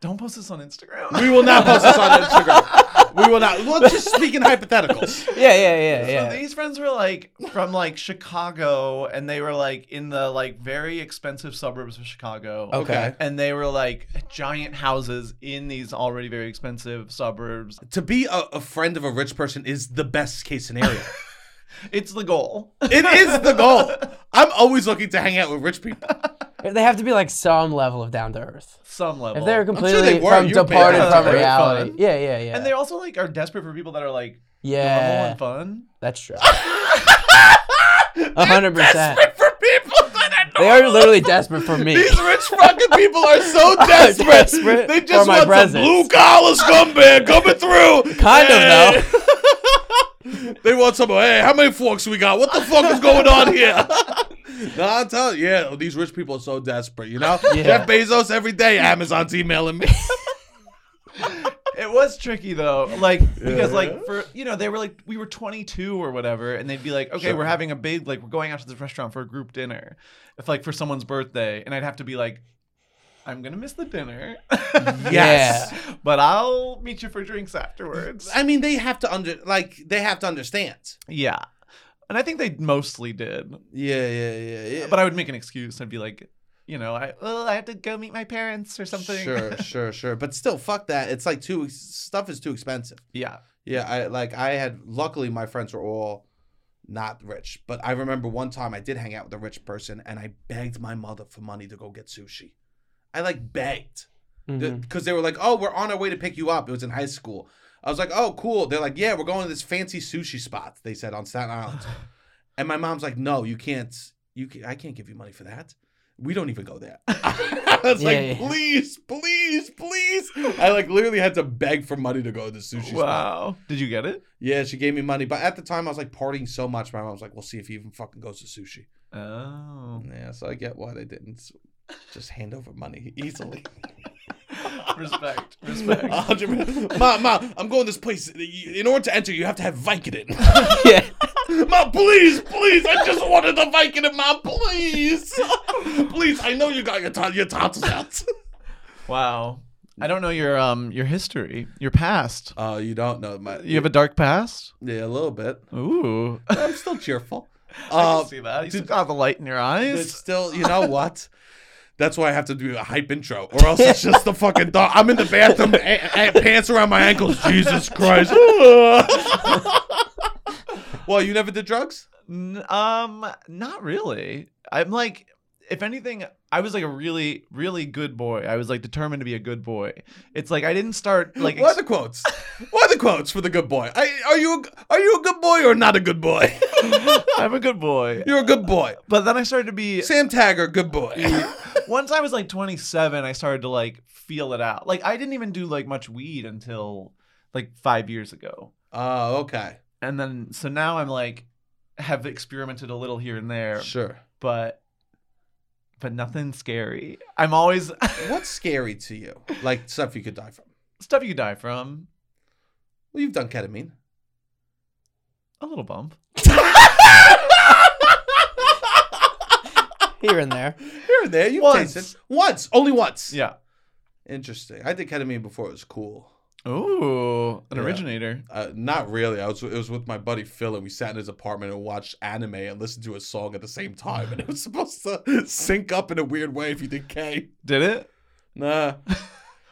S3: don't post this on Instagram.
S1: We will not post this on Instagram. We will not. Well, just speaking hypotheticals.
S2: Yeah, yeah, yeah, yeah.
S3: So these friends were like from like Chicago, and they were like in the like very expensive suburbs of Chicago.
S2: Okay.
S3: and they were like giant houses in these already very expensive suburbs.
S1: To be a, a friend of a rich person is the best case scenario.
S3: It's the goal.
S1: It is the goal. I'm always looking to hang out with rich people.
S2: They have to be like some level of down to earth.
S3: Some level.
S2: If they're
S1: sure
S2: completely
S1: they were.
S2: from
S1: You were
S2: departed
S3: big.
S2: from
S3: They were
S2: reality.
S3: fun.
S2: Yeah, yeah, yeah.
S3: and they also like are desperate for people that are like normal
S2: yeah,
S3: and fun.
S2: that's true. A hundred percent.
S1: For people that I know.
S2: They are literally desperate for me.
S1: These rich fucking people are so desperate.
S2: Desperate
S1: They
S2: for
S1: just
S2: my
S1: want some
S2: presence.
S1: blue collar scumbag coming through.
S2: Kind of
S1: though. They want some. Hey, how many forks we got? What the fuck is going on here? no, I tell you, yeah, these rich people are so desperate. You know,
S2: Yeah.
S1: Jeff Bezos every day, Amazon's emailing me.
S3: It was tricky though, like because like for you know they were like we were 22 or whatever, and they'd be like, okay, we're having a big like we're going out to this restaurant for a group dinner, if like for someone's birthday, and I'd have to be like, I'm gonna miss the dinner,
S2: Yes.
S3: but I'll meet you for drinks afterwards.
S1: I mean, they have to under like they have to understand.
S3: Yeah, and I think they mostly did,
S1: Yeah, yeah, yeah, yeah.
S3: Uh, but I would make an excuse and be like, you know, I well I have to go meet my parents or something.
S1: Sure, sure, sure. But still, fuck that. It's like too stuff is too expensive.
S3: yeah.
S1: Yeah, I like I had. Luckily, my friends were all not rich. But I remember one time I did hang out with a rich person and I begged my mother for money to go get sushi. I like begged because
S2: Mhm.
S1: they were like, "Oh, we're on our way to pick you up." It was in high school. I was like, "Oh, cool." They're like, "Yeah, we're going to this fancy sushi spot." They said on Staten Island, and my mom's like, "No, you can't. You can, I can't give you money for that. We don't even go there." I was
S2: Yeah,
S1: like,
S2: yeah.
S1: "Please, please, please!" I like literally had to beg for money to go to the sushi spot.
S3: wow. Did you get it?
S1: Yeah, she gave me money, but at the time I was like partying so much. My mom was like, "We'll see if he even fucking goes to sushi."
S3: Oh.
S1: Yeah, so I get why they didn't just hand over money easily.
S3: respect. Respect.
S1: A hundred percent. Ma, ma, I'm going this place. In order to enter, you have to have Vicodin.
S2: yeah.
S1: ma, please, please, I just wanted the Vicodin, ma, please. please, I know you got your, t- your tonsils out.
S3: Wow. I don't know your um your history, your past.
S1: Oh, you don't know my.
S3: You have a dark past?
S1: yeah, a little bit.
S3: Ooh.
S1: I'm still cheerful.
S3: I
S1: Uh,
S3: can see that. You
S1: did-
S3: still got the light in your
S1: it's
S3: eyes.
S1: still, you know what? That's why I have to do a hype intro, or else it's just the fucking dog. I'm in the bathroom, a- a- pants around my ankles. Jesus Christ. well, you never did drugs?
S3: N- um, not really. I'm like, if anything, I was like a really, really good boy. I was like determined to be a good boy. It's like I didn't start like
S1: what are the quotes? what are the quotes for the good boy? I, are you a- are you a good boy or not a good boy?
S3: ex- I'm a good boy.
S1: You're a good boy.
S3: But then I started to be
S1: Sam Tagger, good boy.
S3: once I was like 27, I started to like feel it out. Like I didn't even do like much weed until like five years ago.
S1: Oh, okay,
S3: and then so now I'm like have experimented a little here and there,
S1: sure.
S3: but but nothing scary. I'm always
S1: What's scary to you? Like stuff you could die from?
S3: stuff you could die from.
S1: Well, you've done ketamine.
S3: A little bump.
S2: Here and there.
S1: Here and there, you've
S3: Once.
S1: tasted once, only once.
S3: Yeah.
S1: Interesting. I did ketamine before it was cool.
S3: Ooh, an
S1: Yeah.
S3: originator.
S1: Uh, not really. I was it was with my buddy Phil, and we sat in his apartment and watched anime and listened to a song at the same time, and it was supposed to sync up in a weird way if you did K.
S3: Did it?
S1: Nah,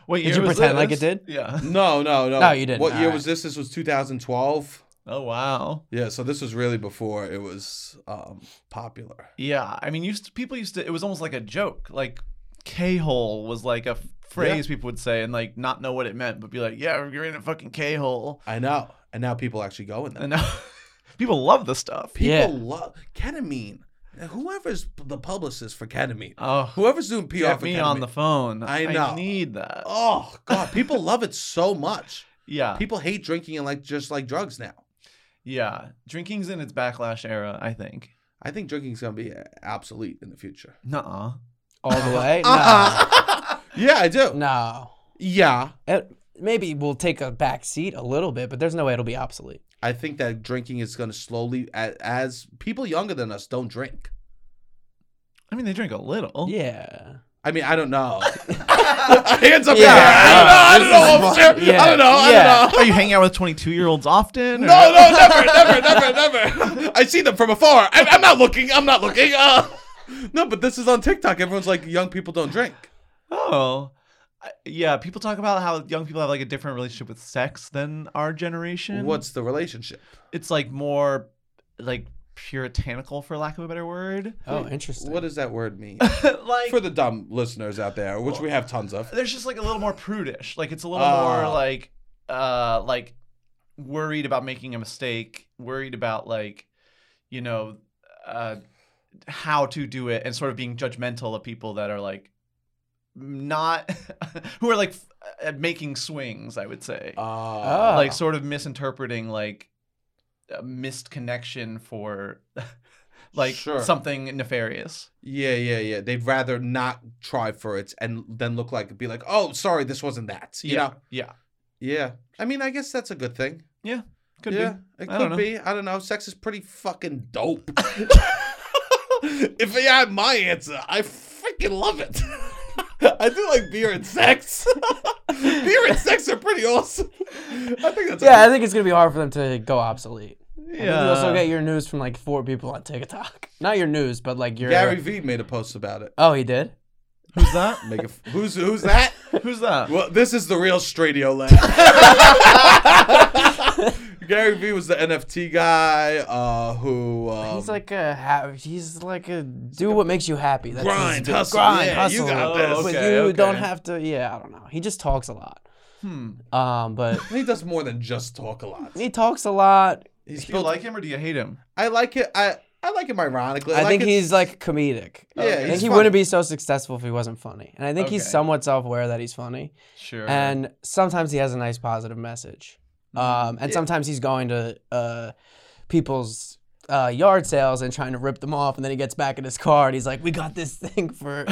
S3: What
S2: Did
S3: year
S2: you
S3: was
S2: pretend like
S3: this?
S2: it
S3: Yeah.
S1: no, no, no.
S2: No, you didn't.
S1: What year
S2: Alright.
S1: was this? This was 2012.
S3: Oh wow.
S1: Yeah, so this was really before it was um, popular.
S3: Yeah. I mean, used to, people used to. It was almost like a joke. Like K hole was like a phrase people would say and like not know what it meant, but be like, yeah, you're in a fucking K hole.
S1: I know, and now people actually go in them.
S3: And now people love the stuff.
S1: People
S2: Yeah.
S1: love ketamine. Whoever's the publicist for ketamine,
S3: Oh,
S1: whoever's doing PR
S3: Get
S1: for
S3: me
S1: ketamine,
S3: on the phone.
S1: I know.
S3: need that.
S1: Oh God, people love it so much.
S3: Yeah.
S1: People hate drinking and like just like drugs now.
S3: Yeah. Drinking's in its backlash era, I think.
S1: I think drinking's gonna be uh, obsolete in the future.
S3: Nuh-uh.
S2: All the way? No.
S1: Uh-uh. yeah, I do.
S2: No.
S1: Yeah,
S2: It, maybe we'll take a back seat a little bit, but there's no way it'll be obsolete.
S1: I think that drinking is gonna slowly, as, as people younger than us don't drink.
S3: I mean, they drink a
S1: Oh.
S3: little.
S2: Yeah.
S1: I mean, I don't know. Hands up,
S2: Yeah.
S1: yeah. I don't know, I don't know,
S2: This is
S1: officer.
S2: fun.
S1: I don't know, I
S2: Yeah.
S1: don't know.
S3: Are you hanging out with 22-year-olds often? or-
S1: No, no, never, never, never, never. I see them from afar. I'm, I'm not looking. I'm not looking. Uh, no, but this is on TikTok. Everyone's like, young people don't drink.
S3: Oh. I- Yeah, people talk about how young people have like a different relationship with sex than our generation.
S1: What's the relationship?
S3: It's like more like puritanical for lack of a better word.
S2: Oh, interesting.
S1: What does that word mean?
S3: like
S1: For the dumb listeners out there, which we have tons of.
S3: there's just like a little more prudish. Like it's a little more
S1: Oh.
S3: like uh like worried about making a mistake, worried about like you know uh how to do it and sort of being judgmental of people that are like not who are like f- uh, making swings, I would say.
S1: Uh,
S3: Like sort of misinterpreting like a missed connection for like
S1: Sure.
S3: something nefarious.
S1: yeah, yeah, yeah. They'd rather not try for it and then look like be like, oh, sorry, this wasn't that. You
S3: yeah.
S1: know?
S3: Yeah.
S1: Yeah. I mean, I guess that's a good thing.
S3: Could
S1: yeah,
S3: be.
S1: it
S3: I don't
S1: could
S3: know.
S1: be. I don't know. Sex is pretty fucking dope. if I had my answer, I freaking love it. I do like beer and sex. beer and sex are pretty awesome. I think that's a
S2: yeah, I
S1: good-
S2: think it's going to be hard for them to go obsolete. I think
S3: Yeah.
S2: You also get your news from like four people on TikTok. Not your news, but like your.
S1: Gary Vee made a post about it.
S2: Oh, he did?
S3: Who's that?
S1: Make a f- who's who's that?
S3: Who's that?
S1: Well, this is the real Stradio land. Gary Vee was the NFT guy uh, who um,
S2: he's like a ha- he's like a do what makes you happy. That's his
S1: Grind,
S2: big-
S1: hustle, Oh,
S2: grind,
S1: yeah, you
S2: hustle.
S1: got this.
S2: Oh, But
S3: Okay,
S2: you don't
S3: okay.
S2: have to. Yeah, I don't know. He just talks a lot.
S3: Hmm.
S2: Um, but
S1: he does more than just talk a lot.
S2: he talks a lot.
S1: He's
S3: Do you like him or do you hate him?
S1: I like it. I I like him ironically.
S2: I,
S1: like
S2: think
S1: it-
S2: he's like comedic.
S1: Yeah,
S2: I
S1: he's
S2: think he
S1: funny.
S2: wouldn't be so successful if he wasn't funny. And I think he's
S3: Okay.
S2: somewhat self-aware that he's funny.
S3: Sure.
S2: And sometimes he has a nice positive message. Um, and
S1: Mm-hmm. Yeah.
S2: sometimes he's going to uh, people's uh, yard sales and trying to rip them off, and then he gets back in his car and he's like, "We got this thing for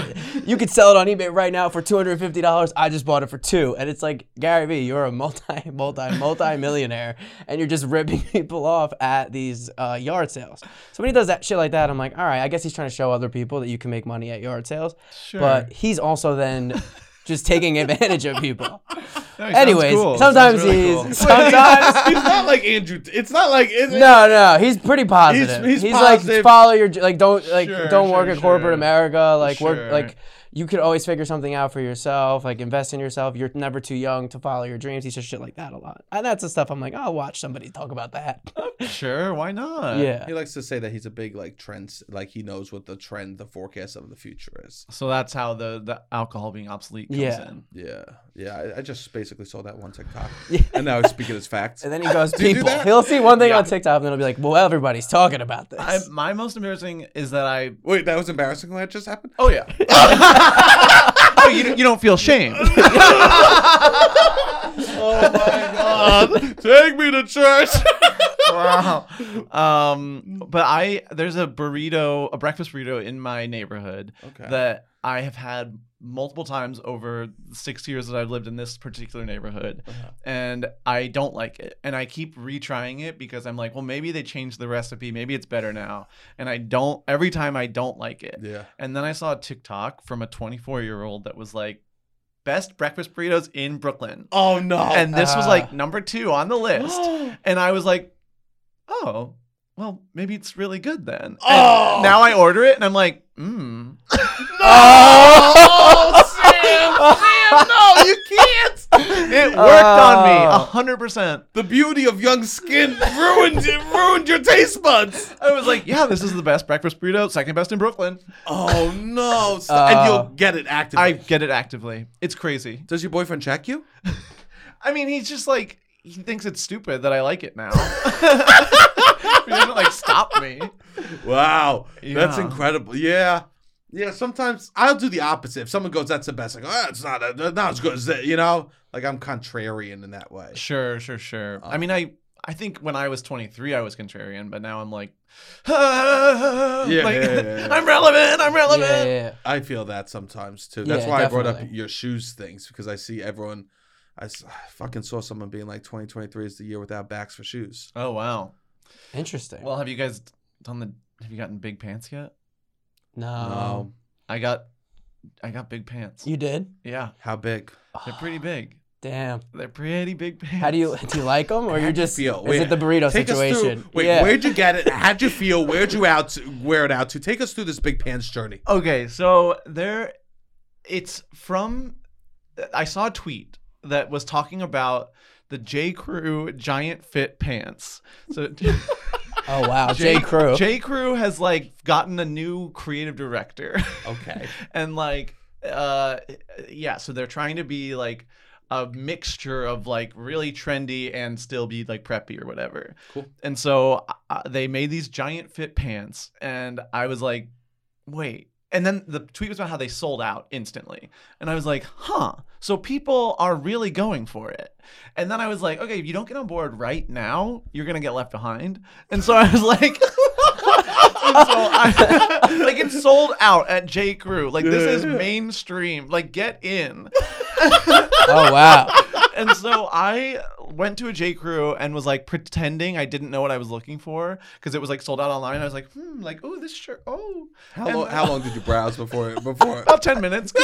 S2: you could sell it on eBay right now for two hundred and fifty dollars. I just bought it for two, and it's like Gary Vee, you're a multi, multi, multi millionaire, and you're just ripping people off at these uh, yard sales. So when he does that shit like that, I'm like, all right, I guess he's trying to show other people that you can make money at yard sales,
S3: sure.
S2: but he's also then. Just taking advantage of people.
S3: No, he sounds
S2: Anyways,
S3: cool. Sounds
S2: sometimes
S3: really
S2: he's
S3: cool.
S2: sometimes
S1: it's not like Andrew. It's not like it's,
S2: no, no, he's pretty positive.
S1: he's
S2: He's,
S1: positive.
S2: like follow your like don't like
S3: Sure,
S2: don't
S3: sure,
S2: work at corporate
S3: sure.
S2: America. Like
S3: Sure.
S2: work like you could always figure something out for yourself. Like invest in yourself. You're never too young to follow your dreams. He says shit like that a lot, and that's the stuff I'm like, I'll watch somebody talk about that.
S1: Uh,
S3: Sure, why not?
S2: yeah,
S1: He likes to say that he's a big like trends, like he knows what the trend, the forecast of the future is.
S3: So that's how the, the alcohol being obsolete comes
S2: Yeah.
S3: in.
S1: Yeah, yeah. I, I just basically saw that one TikTok, and now he's speaking as facts.
S2: and then he goes
S1: you do
S2: people.
S1: that?
S2: He'll see one thing on TikTok, and then he'll be like, well, everybody's talking about this.
S3: I, my most embarrassing is that I.
S1: Wait, that was embarrassing when that just happened.
S3: Oh yeah. oh, you, you don't feel shame.
S1: Oh my god! Take me to church.
S3: wow. Um, but I there's a burrito, a breakfast burrito in my neighborhood
S1: Okay.
S3: that I have had multiple times over the six years that I've lived in this particular neighborhood,
S1: Uh-huh.
S3: and I don't like it. And I keep retrying it because I'm like, well, maybe they changed the recipe, maybe it's better now. And I don't. Every time I don't like it.
S1: yeah.
S3: And then I saw a TikTok from a 24 year old that was like, best breakfast burritos in Brooklyn.
S1: Oh no.
S3: and this was
S2: ah.
S3: like number two on the list. and I was like, oh, well, maybe it's really good then. And
S1: Oh.
S3: now I order it and I'm like, mm.
S1: Oh, Sam, Sam, no, you can't.
S3: It worked
S2: Oh.
S3: on me 100%.
S1: The beauty of young skin ruined it, ruined your taste buds.
S3: I was like, yeah, this is the best breakfast burrito, second best in Brooklyn.
S1: Oh no! So-
S2: Uh,
S1: and you'll get it actively.
S3: I get it actively. It's crazy.
S1: Does your boyfriend check you?
S3: I mean, he's just like, he thinks it's stupid that I like it now. he doesn't like stop me.
S1: Wow, that's
S3: Yeah.
S1: incredible. Yeah, yeah. Sometimes I'll do the opposite. If someone goes, "That's the best," like, "Oh, it's not, uh, not as good as that," you know. Like I'm contrarian in that way.
S3: Sure, sure, sure.
S1: Oh.
S3: I mean, I I think when I was 23, I was contrarian, but now I'm like,
S1: yeah,
S3: like,
S1: yeah, yeah.
S3: I'm relevant, I'm
S2: yeah,
S3: relevant.
S2: yeah, yeah.
S1: I feel that sometimes too. That's
S2: Yeah,
S1: why I brought up
S2: definitely.
S1: your shoes things because I see everyone. I, s- I fucking saw someone being like, "2023 is the year without backs for shoes."
S3: Oh wow.
S2: Interesting.
S3: Well, have you guys done the? Have you gotten big pants yet?
S2: no.
S1: no,
S3: I got, I got big pants.
S2: you did.
S3: yeah,
S1: how big?
S3: they're pretty big.
S2: Damn.
S3: They're pretty big pants.
S2: How do you do? You like them, or
S1: How'd you
S2: you're just
S1: feel?
S2: is
S1: Wait,
S2: it the burrito
S1: Take us
S2: situation?
S1: through. Wait,
S2: Yeah.
S1: where'd you get it? How'd you feel? Where'd you out? To, wear it out to? Take us through this big pants journey.
S3: Okay, so there, it's from. I saw a tweet that was talking about the J Crew giant fit pants. So.
S2: Oh wow, J. Crew.
S3: J Crew has like gotten a new creative director.
S1: Okay.
S3: and like uh yeah so they're trying to be like a mixture of like really trendy and still be like preppy or whatever
S1: Cool.
S3: and so uh, they made these giant fit pants and i was like wait and then the tweet was about how they sold out instantly and i was like huh so people are really going for it and then i was like okay if you don't get on board right now you're gonna get left behind and so i was like And so I- like it's sold out at J Crew. Like this is
S1: Yeah.
S3: mainstream. Like get in.
S2: Oh wow.
S3: And so I went to a J Crew and was like pretending I didn't know what I was looking for because it was like sold out online. I was like, hmm, like oh this shirt. Oh,
S1: How
S3: And-
S1: long? How long did you browse before? Before
S3: about ten minutes.
S1: ten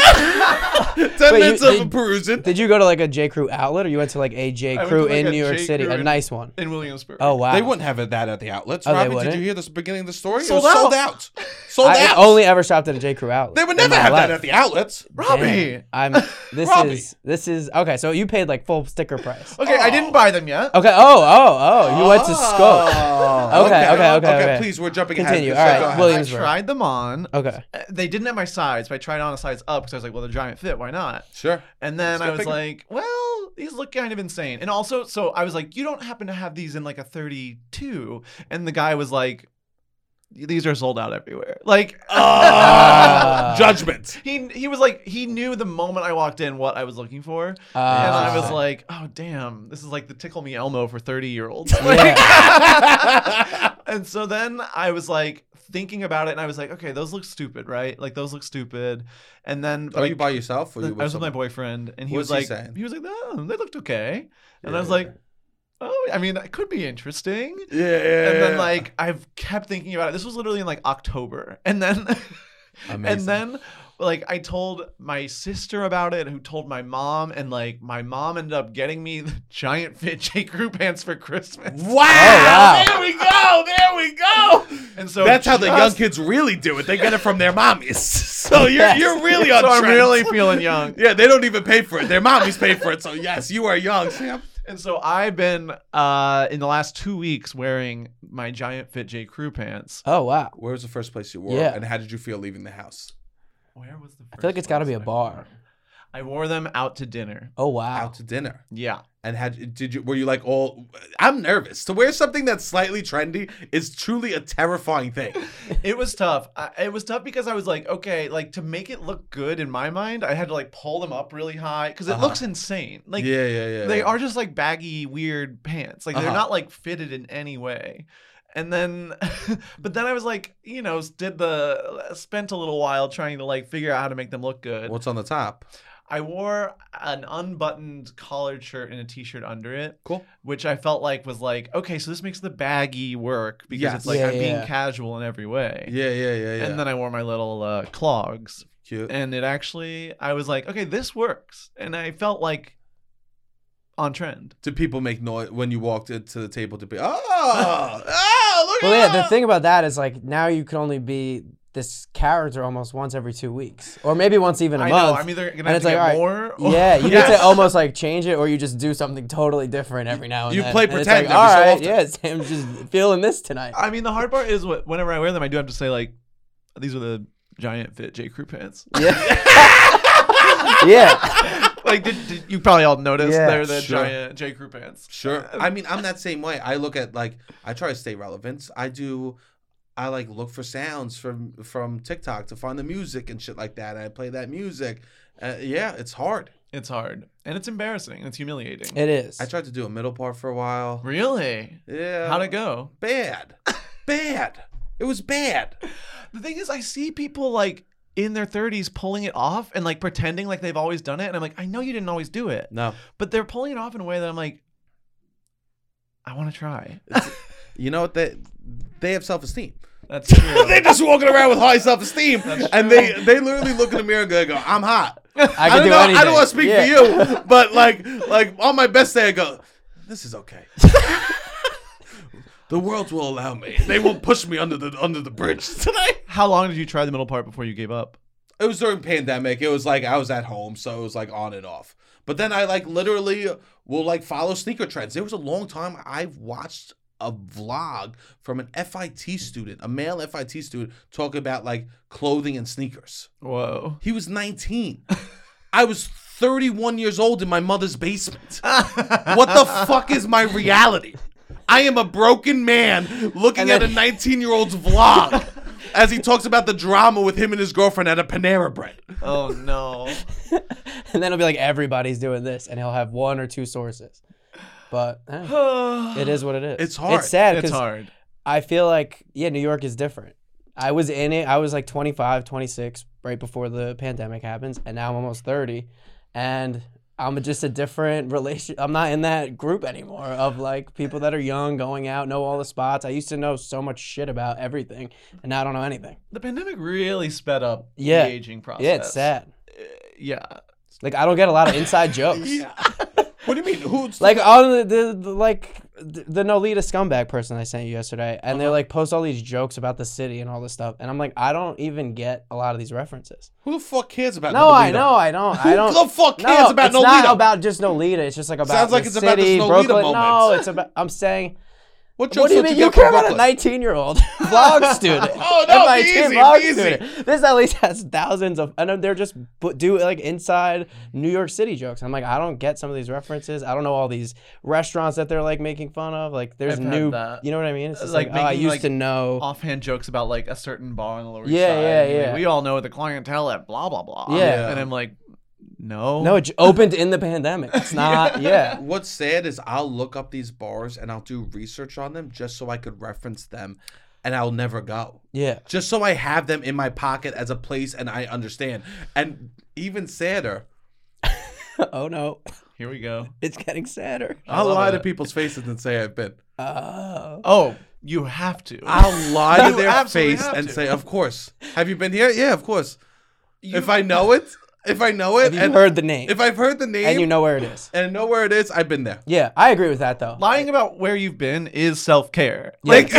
S2: Wait, you-
S1: minutes of
S2: did-
S1: perusing.
S2: Did you go to like a J Crew outlet, or you went to like a J
S3: I went
S2: Crew
S3: to, like,
S2: in
S3: a
S2: New York
S3: J.
S2: City,
S3: Crew
S2: a
S3: in-
S2: nice one?
S3: in Williamsburg.
S2: Oh wow.
S1: They wouldn't have it that at the outlets.
S2: Oh, they
S1: Robbie, did you
S2: wouldn't?
S1: hear this beginning of the story?
S3: Sold
S1: it was
S3: out.
S1: sold out. Sold
S2: I
S1: out.
S2: only ever shopped at a J Crew outlet.
S1: they would
S2: in
S1: never
S2: my
S1: have that
S2: life.
S1: at the outlets.
S3: Robbie.
S2: Damn, I'm. This
S1: Robbie.
S2: is this is okay. So you paid like full sticker price.
S3: Okay,
S1: Oh.
S3: I didn't buy them yet.
S2: Okay. Oh, oh, oh. You went to Scope.
S1: Scope.
S2: Okay, okay, okay, okay.
S1: Please, we're jumping ahead.
S2: Continue, all
S1: Go
S2: right,
S1: ahead.
S2: William-
S3: I
S2: Williamsburg.
S3: tried them on.
S2: Okay.
S3: Uh, They didn't have my size, but I tried on a size up because I was like, well, they're giant fit. Why not?
S1: Sure.
S3: And then
S1: Let's
S3: I
S1: go
S3: was
S1: figure.
S3: like, well, these look kind of insane. And also, so I was like, you don't happen to have these in like a 32. And the guy was like, these are sold out everywhere. Like,
S1: Ah,
S2: Ah.
S1: judgment.
S3: he he was like, he knew the moment I walked in what I was looking for.
S2: Uh,
S3: and I was
S1: Interesting.
S3: like, oh, damn, this is like the Tickle Me Elmo for 30 year olds. and so then I was like, thinking about it and I was like okay those look stupid right like those look stupid and then
S1: Are
S3: like,
S1: you by yourself? Or
S3: I
S1: you
S3: was with my
S1: someone?
S3: boyfriend, and he
S1: What
S3: was,
S1: was he
S3: like,
S1: saying?
S3: he was like, oh, they looked okay, and
S1: Yeah,
S3: I was
S1: yeah,
S3: like, oh, I mean, that could be interesting.
S1: Yeah, yeah,
S3: And
S1: yeah.
S3: then like I've kept thinking about it. This was literally in like October, and then, and
S1: Amazing.
S3: then like I told my sister about it, who told my mom, and like my mom ended up getting me the giant fit J Crew pants for Christmas.
S1: Wow,
S2: Oh, wow.
S1: There we go. There we go.
S3: And so
S1: That's how the young
S3: just-
S1: kids really do it. They get it from their mommies. So you're
S2: Yes.
S1: you're really on
S3: So I'm
S1: trend.
S3: really feeling young.
S1: Yeah, they don't even pay for it. Their mommies pay for it. So yes, you are young, Sam.
S3: And so I've been uh, in the last two weeks wearing my giant fit J Crew pants.
S2: oh wow.
S1: Where was the first place you wore,
S2: Yeah.
S1: and how did you feel leaving the house?
S3: Where was the? First
S2: I feel like it's got to be a
S3: place I wore
S2: bar.
S3: them? I wore them out to dinner.
S2: Oh wow.
S1: Out to dinner,
S3: Yeah,
S1: and had did you were you like all? I'm nervous to wear something that's slightly trendy is truly a terrifying thing.
S3: it was tough. I, it was tough because I was like, okay, like to make it look good in my mind, I had to like pull them up really high because it
S1: Uh-huh.
S3: looks insane. Like
S1: yeah, yeah, yeah.
S3: they
S1: yeah.
S3: are just like baggy, weird pants. Like they're
S1: Uh-huh.
S3: not like fitted in any way. And then, but then I was like, you know, did the uh, spent a little while trying to like figure out how to make them look good.
S1: What's on the top?
S3: I wore an unbuttoned collared shirt and a t-shirt under it.
S1: Cool.
S3: which I felt like was like, okay, so this makes the baggy work because
S1: Yes.
S3: it's like
S2: Yeah,
S3: I'm
S2: yeah.
S3: being casual in every way.
S1: Yeah, yeah, yeah, yeah.
S3: And then I wore my little uh, clogs,
S1: cute.
S3: and it actually, I was like, okay, this works, and I felt like on trend.
S1: Did people make noise when you walked into the table? To be oh, oh, look
S2: Well,
S1: at
S2: yeah. The
S1: that."
S2: thing about that is like now you can only be this character almost once every two weeks, or maybe once even a
S3: I know
S2: month.
S3: I'm either
S2: And
S3: gonna have
S2: it's
S3: to
S2: like,
S3: get
S2: all right,
S3: more. or-
S2: yeah, you get
S1: Yes.
S2: to almost like change it, or you just do something totally different every now and
S1: you
S2: then.
S1: play
S2: And it's
S1: pretend
S2: Like, all
S1: every so
S2: right,
S1: often."
S2: yeah, Sam's just feeling this tonight.
S3: I mean, the hard part is what, whenever I wear them, I do have to say like, these are the giant fit J Crew pants.
S2: Yeah, yeah.
S3: like, did, did, you probably all noticed
S2: Yeah.
S3: they're the
S1: Sure.
S3: giant J Crew pants.
S1: Sure. I mean, I'm that same way. I look at like I try to stay relevant. I do. I like look for sounds from from TikTok to find the music and shit like that. I play that music. Uh, yeah, it's hard.
S3: It's hard, and it's embarrassing, and it's humiliating.
S2: It is.
S1: I tried to do a middle part for a while.
S3: Really?
S1: Yeah.
S3: How'd it go?
S1: Bad. Bad. It was bad.
S3: The thing is, I see people like in their 30s pulling it off and like pretending like they've always done it. And I'm like, I know you didn't always do it,
S1: No.
S3: but they're pulling it off in a way that I'm like, I want to try.
S1: You know what? They they have self esteem.
S3: That's true.
S1: They're just walking around with high self esteem,
S3: That's
S1: and they they literally look in the mirror and go, go, "I'm hot."
S2: I
S1: I
S2: can
S1: don't
S2: do
S1: know.
S2: anything.
S1: I don't want to speak
S2: Yeah.
S1: for you, but like, like on my best day, I go, "This is okay." the world will allow me. They will push me under the under the bridge tonight.
S3: How long did you try the middle part before you gave up?
S1: It was during pandemic. It was like I was at home, so it was like on and off. But then I like literally will like follow sneaker trends. There was a long time I watched a vlog from an FIT student, a male FIT student, talking about like clothing and sneakers.
S3: Whoa.
S1: He was 19. I was 31 years old in my mother's basement. What the fuck is my reality? I am a broken man looking
S2: And then-
S1: at a 19 year old's vlog as he talks about the drama with him and his girlfriend at a Panera Bread.
S3: Oh no.
S2: and then it'll be like everybody's doing this, and he'll have one or two sources. But eh, it is what it is.
S1: It's hard.
S2: It's sad
S3: It's
S2: because
S3: hard.
S2: I feel like yeah, New York is different. I was in it. I was like 25, 26 right before the pandemic happens, and now I'm almost 30, and I'm just a different relation. I'm not in that group anymore of like people that are young, going out, know all the spots. I used to know so much shit about everything, and now I don't know anything.
S3: The pandemic really sped up
S2: Yeah.
S3: the aging process.
S2: Yeah, it's sad.
S3: Yeah.
S2: Like I don't get a lot of inside jokes.
S1: What do you mean? Who's
S2: Like on the, the, the like th- the Nolita scumbag person I sent you yesterday,
S1: Uh-huh.
S2: and they like post all these jokes about the city and all this stuff, and I'm like, I don't even get a lot of these references.
S1: Who the fuck cares about
S2: No, I
S1: Nolita?
S2: know, I don't, I don't.
S1: Who the fuck
S2: no,
S1: cares about
S2: it's not
S1: Nolita?
S2: about just Nolita. It's just like about
S1: Sounds
S2: the
S1: like it's
S2: city,
S1: about this Nolita
S2: Brooklyn. No,
S1: moment.
S2: it's about. I'm saying,
S1: what
S2: what
S1: jokes
S2: do you
S1: don't
S2: mean
S1: you
S2: you
S1: get from
S2: care about a
S1: Brooklyn?
S2: 19 year old vlog student?
S1: Oh, no,
S2: MIT
S1: easy,
S2: vlog
S1: easy.
S2: student. This at least has thousands of, and they're just bu- do like inside New York City jokes. I'm like, I don't get some of these references. I don't know all these restaurants that they're like making fun of. Like, there's
S3: I've had
S2: new,
S3: that.
S2: you know what I mean? It's just like,
S3: Like,
S2: oh, I
S3: making,
S2: used
S3: like,
S2: to know.
S3: offhand jokes about like a certain bar on the Lower East
S2: Yeah,
S3: Side.
S2: yeah,
S3: and, like,
S2: yeah.
S3: We all know the clientele at blah blah blah.
S2: Yeah.
S3: and I'm like, no,
S2: no, it j- opened in the pandemic. It's not. yeah.
S1: What's sad is I'll look up these bars and I'll do research on them just so I could reference them, and I'll never go.
S2: Yeah.
S1: Just so I have them in my pocket as a place and I understand. And even sadder,
S2: oh no,
S3: here we go.
S2: it's getting sadder.
S1: I'll
S3: love
S1: lie to
S3: it.
S1: people's faces and say I've been.
S2: Oh.
S3: Oh, you have to.
S1: I'll lie to
S3: You
S1: their
S3: absolutely
S1: face
S3: have
S1: and
S3: to.
S1: say, "Of course, have you been here? Yeah, of course. if I know it, if I know it,
S2: Have you
S1: and
S2: heard the name?
S1: if I've heard the name
S2: and you know where it is.
S1: and I know where it is, I've been there.
S2: Yeah, I agree with that though.
S3: Lying about where you've been is self care.
S1: Like,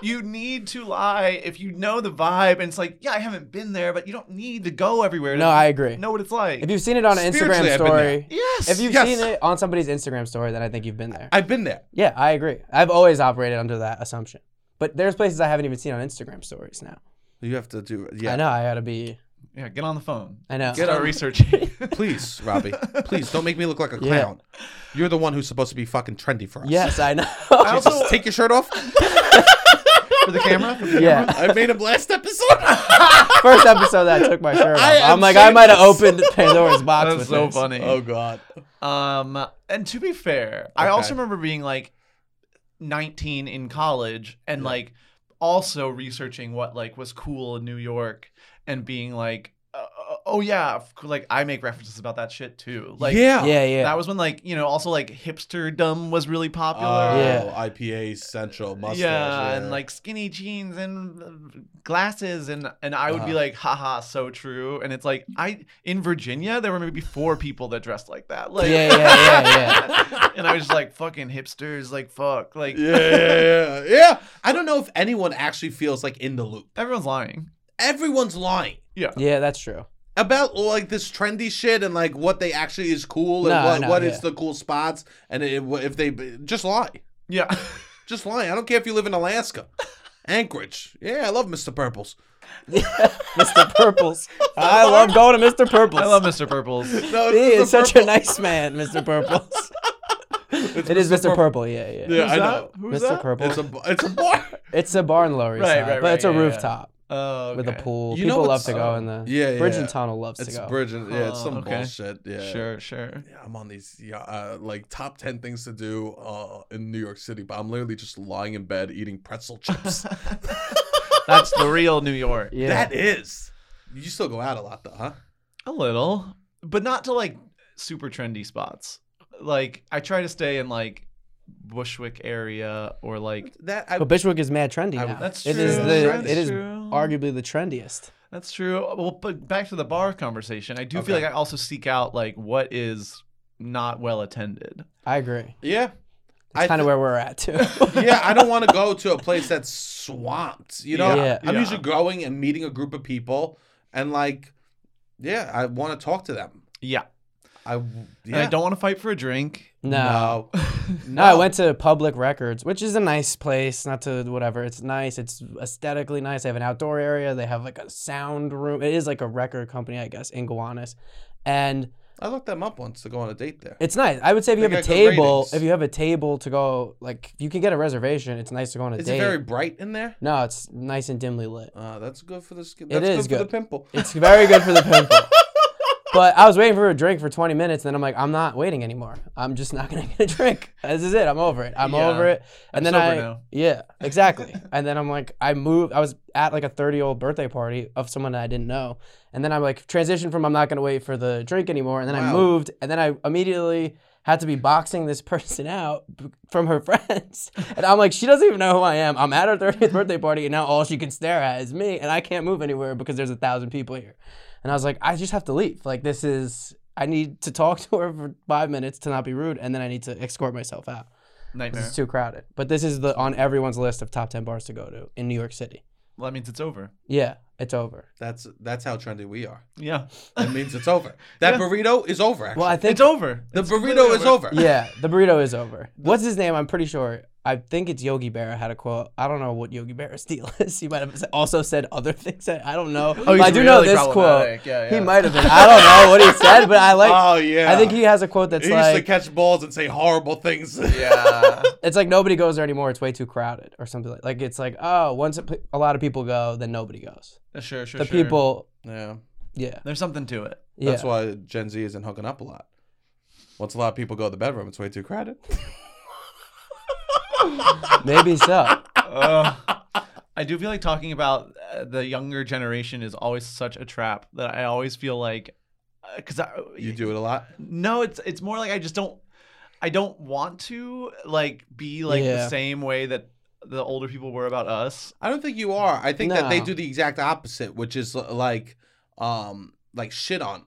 S3: you need to lie if you know the vibe, and it's like, yeah, I haven't been there, but you don't need to go everywhere. to
S2: No, I agree.
S3: Know what it's like.
S2: If you've seen it on an
S1: Spiritually,
S2: Instagram
S1: I've been there.
S2: story,
S3: yes.
S2: if you've
S1: Yes.
S2: seen it on somebody's Instagram story, then I think you've been there.
S1: I've been there.
S2: yeah, I agree. I've always operated under that assumption. But there's places I haven't even seen on Instagram stories now.
S1: You have to do.
S2: I
S1: Yeah,
S2: know I gotta be.
S3: yeah, get on the phone.
S2: I know.
S3: Get our researching.
S1: please, Robbie, please don't make me look like a
S2: Yeah.
S1: clown. You're the one who's supposed to be fucking trendy for us.
S2: Yes, I know.
S3: I
S1: Just
S3: also
S1: take your shirt off.
S3: for the camera. for the camera.
S2: yeah,
S1: I made him last episode.
S2: first episode that I took my shirt off.
S1: I am
S2: I'm like, I might have
S1: serious.
S2: opened Pandora's box.
S3: That's
S2: with
S3: so
S2: this.
S3: funny.
S1: God.
S3: Um, and to be fair, I
S1: Okay.
S3: also remember being like 19 in college and like also researching what like was cool in New York and being like, uh, oh yeah, f- like I make references about that shit too. Like,
S1: yeah.
S2: Yeah, yeah.
S3: That was when like you know also like hipsterdom was really
S1: Oh,
S3: popular.
S2: Yeah.
S1: IPA Central mustache.
S3: yeah, and like skinny jeans and uh, glasses, and and I would be
S1: Uh-huh.
S3: like, haha, so true. And it's like I in Virginia there were maybe four people that dressed like that. Like,
S2: Yeah, yeah, yeah,
S3: and I was just like, fucking hipsters, like fuck, like
S1: yeah, yeah, yeah, yeah. I don't know if anyone actually feels like in the loop.
S3: everyone's lying.
S1: Everyone's lying
S2: yeah, that's true.
S1: about like this trendy shit and like what they actually is cool and
S2: No,
S1: what,
S2: no,
S1: what is
S2: yeah.
S1: the cool spots and it, if they just lie,
S3: Yeah,
S1: just lie. I don't care if you live in Alaska, Anchorage. Yeah, I love Mr. Purples.
S2: Mr. Purples. I love going to Mr. Purples.
S3: I love Mr. Purples.
S1: No,
S2: He
S1: it's
S2: is
S1: Mr.
S2: such a
S1: Purple.
S2: nice man, Mr. Purples. it is Mr. Purple, yeah, yeah.
S1: Yeah,
S3: Who's
S1: I
S3: that?
S1: know.
S3: Who's
S2: Mr.
S3: that?
S2: Purple.
S1: It's
S2: It's a,
S1: a it's a bar.
S2: bar in Lower East
S3: Right,
S2: Side,
S3: right,
S2: but it's a
S3: right, yeah, yeah.
S2: rooftop
S3: Oh,
S2: with a
S3: okay.
S2: pool.
S1: You know
S2: People love
S1: what's-
S2: to go in the
S1: yeah,
S2: Bridge
S1: yeah.
S2: and Tunnel loves
S1: It's
S2: to go.
S1: Bridget. Yeah, it's
S3: Oh,
S1: some
S3: okay.
S1: bullshit. Yeah.
S3: Sure, sure.
S1: Yeah, I'm on these yeah, uh, like top ten things to do uh, in New York City, but I'm literally just lying in bed eating pretzel chips.
S3: That's the real New York.
S2: yeah.
S1: That is. You still go out a lot though, huh?
S3: A little, but not to like super trendy spots. Like I try to stay in like Bushwick area or like
S1: That I
S2: but Bishwick is mad trendy
S1: I-
S2: now.
S3: that's
S2: It is
S1: true,
S2: the
S1: that's
S2: it is
S3: true.
S2: arguably the trendiest.
S3: that's true. Well, but back to the bar conversation. I do feel
S1: Okay.
S3: like I also seek out like what is not well attended.
S2: I agree.
S1: yeah. I
S2: That's kind
S1: thi-
S2: of where we're at too.
S1: yeah, I don't want to go to a place that's swamped. You know,
S2: Yeah.
S1: I'm
S3: Yeah.
S1: usually going and meeting a group of people, and like, yeah, I want to talk to them.
S3: Yeah.
S1: I
S3: And
S1: yeah. Mm.
S3: I don't want to fight for a drink.
S2: no.
S1: no.
S2: No, I went to Public Records, which is a nice place. Not to whatever, it's nice. It's aesthetically nice. They have an outdoor area. They have like a sound room. It is like a record company, I guess, in Gowanus, and
S1: I looked them up once to go on a date there.
S2: it's nice. I would say if you
S1: They
S2: have
S1: got
S2: a
S1: good
S2: table,
S1: ratings.
S2: if you have a table to go, like if you can get a reservation, it's nice to go on a
S1: Is
S2: date.
S1: it very bright in there?
S2: No, it's nice and dimly lit.
S1: Uh, that's good for the skin. That's
S2: is
S1: good, for the
S2: good.
S1: pimple.
S2: It's very good for the pimple. But I was waiting for a drink for 20 minutes, and then I'm like, I'm not waiting anymore. I'm just not gonna get a drink. This is it. I'm over it. I'm
S3: Yeah.
S2: over it. And then
S3: I'm sober
S2: I,
S3: now.
S2: yeah, exactly. and then I'm like, I moved. I was at like a 30 year old birthday party of someone that I didn't know, and then I'm like transitioned from I'm not gonna wait for the drink anymore, and then
S1: Wow.
S2: I moved, and then I immediately had to be boxing this person out b- from her friends, and I'm like, she doesn't even know who I am. I'm at her 30th birthday party, and now all she can stare at is me, and I can't move anywhere because there's a thousand people here. And I was like, I just have to leave. Like this is I need to talk to her for five minutes to not be rude, and then I need to escort myself out.
S3: Nightmare.
S2: This is too crowded. But this is the on everyone's list of top ten bars to go to in New York City.
S3: Well, that means it's over.
S2: Yeah, it's over.
S1: That's that's how trendy we are.
S3: Yeah.
S1: That means it's over. That
S3: Yeah.
S1: burrito is over. Actually.
S2: Well, I think
S3: It's over.
S1: the
S3: It's
S1: burrito
S3: completely
S1: is over.
S2: yeah, the burrito is over. What's his name? I'm pretty sure. I think it's Yogi Berra had a quote. I don't know what Yogi Berra's deal is. He might have also said other things. That I don't know.
S3: Oh,
S2: But
S3: he's
S2: I do know
S3: really
S2: this quote.
S3: problematic. Yeah,
S2: He
S3: yeah.
S2: might have been. I don't know what he said, but I like.
S1: Oh yeah.
S2: I think he has a quote that's
S1: He used to
S2: like,
S1: catch balls and say horrible things.
S3: Yeah.
S2: it's like nobody goes there anymore. It's way too crowded, or something like. Like it's like, oh, once a, pe- a lot of people go, then nobody goes.
S3: sure, sure.
S2: The
S3: sure.
S2: people,
S1: yeah.
S2: yeah,
S3: There's something to it.
S2: yeah.
S1: That's why Gen Z isn't hooking up a lot. Once a lot of people go to the bedroom, it's way too crowded.
S2: Maybe so.
S3: Ugh. I do feel like talking about uh, the younger generation is always such a trap that I always feel like because I
S1: You do it a lot.
S3: no, it's it's more like I just don't I don't want to like be like
S2: Yeah.
S3: the same way that the older people were about us.
S1: I don't think you are. I think that they
S2: No.
S1: do the exact opposite, which is l- like, um, like shit on,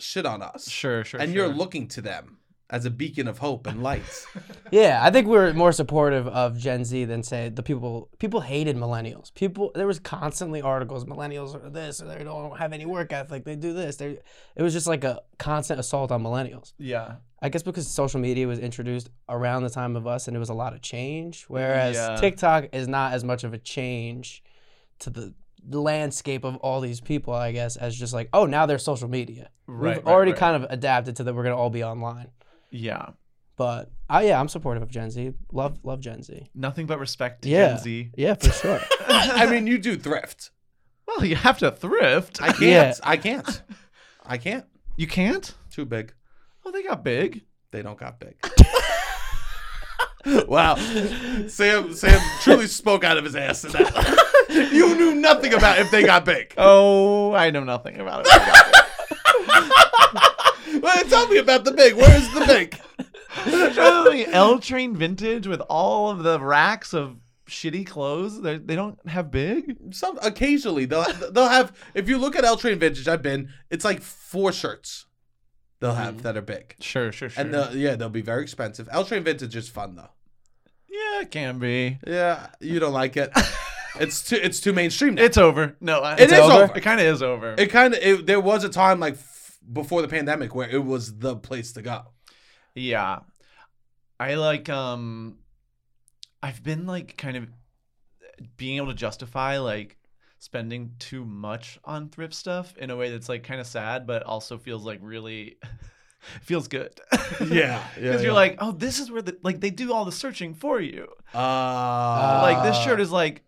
S1: shit on us,
S3: Sure, sure.
S1: and you're
S3: sure.
S1: looking to them as a beacon of hope and light.
S2: Yeah, I think we're more supportive of Gen Z than say the people. People hated millennials. People there was constantly articles. Millennials are this. Or they don't have any work ethic. They do this. They. It was just like a constant assault on millennials.
S3: yeah.
S2: I guess because social media was introduced around the time of us, and it was a lot of change. Whereas
S3: Yeah.
S2: TikTok is not as much of a change to the landscape of all these people. I guess as just like oh now there's social media.
S3: Right.
S2: We've already kind of adapted to that. We're gonna all be online.
S3: of Yeah.
S2: But oh yeah, I'm supportive of Gen Z. Love love Gen Z.
S3: Nothing but respect to
S2: Yeah.
S3: Gen Z.
S2: Yeah, for sure.
S1: I mean, you do thrift.
S3: Well, you have to thrift.
S1: I can't.
S2: Yeah.
S1: I can't. I can't.
S3: you can't?
S1: Too big.
S3: Oh, they got big.
S1: They don't got big. wow, Sam. Sam truly spoke out of his ass in that. you knew nothing about if they got big.
S3: Oh, I know nothing about it.
S1: Well, tell me about the big. Where is the big?
S3: Show me L Train Vintage with all of the racks of shitty clothes. They're, they don't have big.
S1: Some occasionally they'll they'll have. If you look at L Train Vintage, I've been. It's like four shirts. They'll have that are big,
S3: Sure, sure, Mm. sure.
S1: and they'll, yeah, they'll be very expensive. L Train Vintage is fun though.
S3: yeah, it can be.
S1: Yeah, you don't like it. it's too it's too mainstream now.
S3: It's over. No, I-
S1: It is
S2: over?
S1: over.
S3: It kind of is over.
S1: It kind of there was a time like f- before the pandemic where it was the place to go.
S3: yeah, I like. Um, I've been like kind of being able to justify like spending too much on thrift stuff in a way that's like kind of sad, but also feels like really feels good.
S1: Yeah,
S3: Because you're like, oh, this is where the like they do all the searching for you.
S1: uh,
S3: like this
S2: Uh, oh.
S3: shirt is like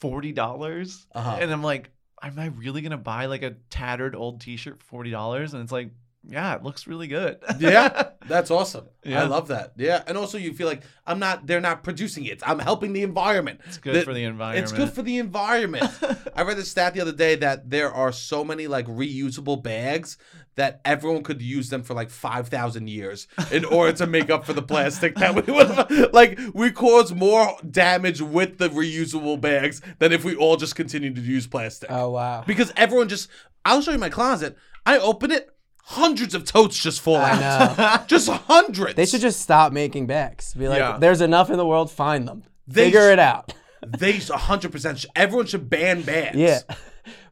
S3: forty dollars,
S1: Uh-huh.
S3: and I'm like, am I really gonna buy like a tattered old T-shirt for forty dollars? And it's like, yeah, it looks really good.
S1: Yeah. That's awesome. I
S3: Yeah.
S1: love that. Yeah, and also you feel like I'm not. They're not producing it. I'm helping the environment.
S3: it's good
S1: The-
S3: for the environment.
S1: It's good for the environment. I read the stat the other day that there are so many like reusable bags that everyone could use them for like 5,000 years in order to make up for the plastic that we would have. Like, we cause more damage with the reusable bags than if we all just continued to use plastic.
S2: oh wow.
S1: Because everyone just, I'll show you my closet. I open it, hundreds of totes just fall
S2: I
S1: out.
S2: know.
S1: Just hundreds.
S2: They should just stop making bags. Be like,
S3: Yeah.
S2: there's enough in the world. Find them.
S1: They
S2: Figure
S1: sh-
S2: it out.
S1: They 100%. Should, everyone should ban bags.
S2: Yeah. I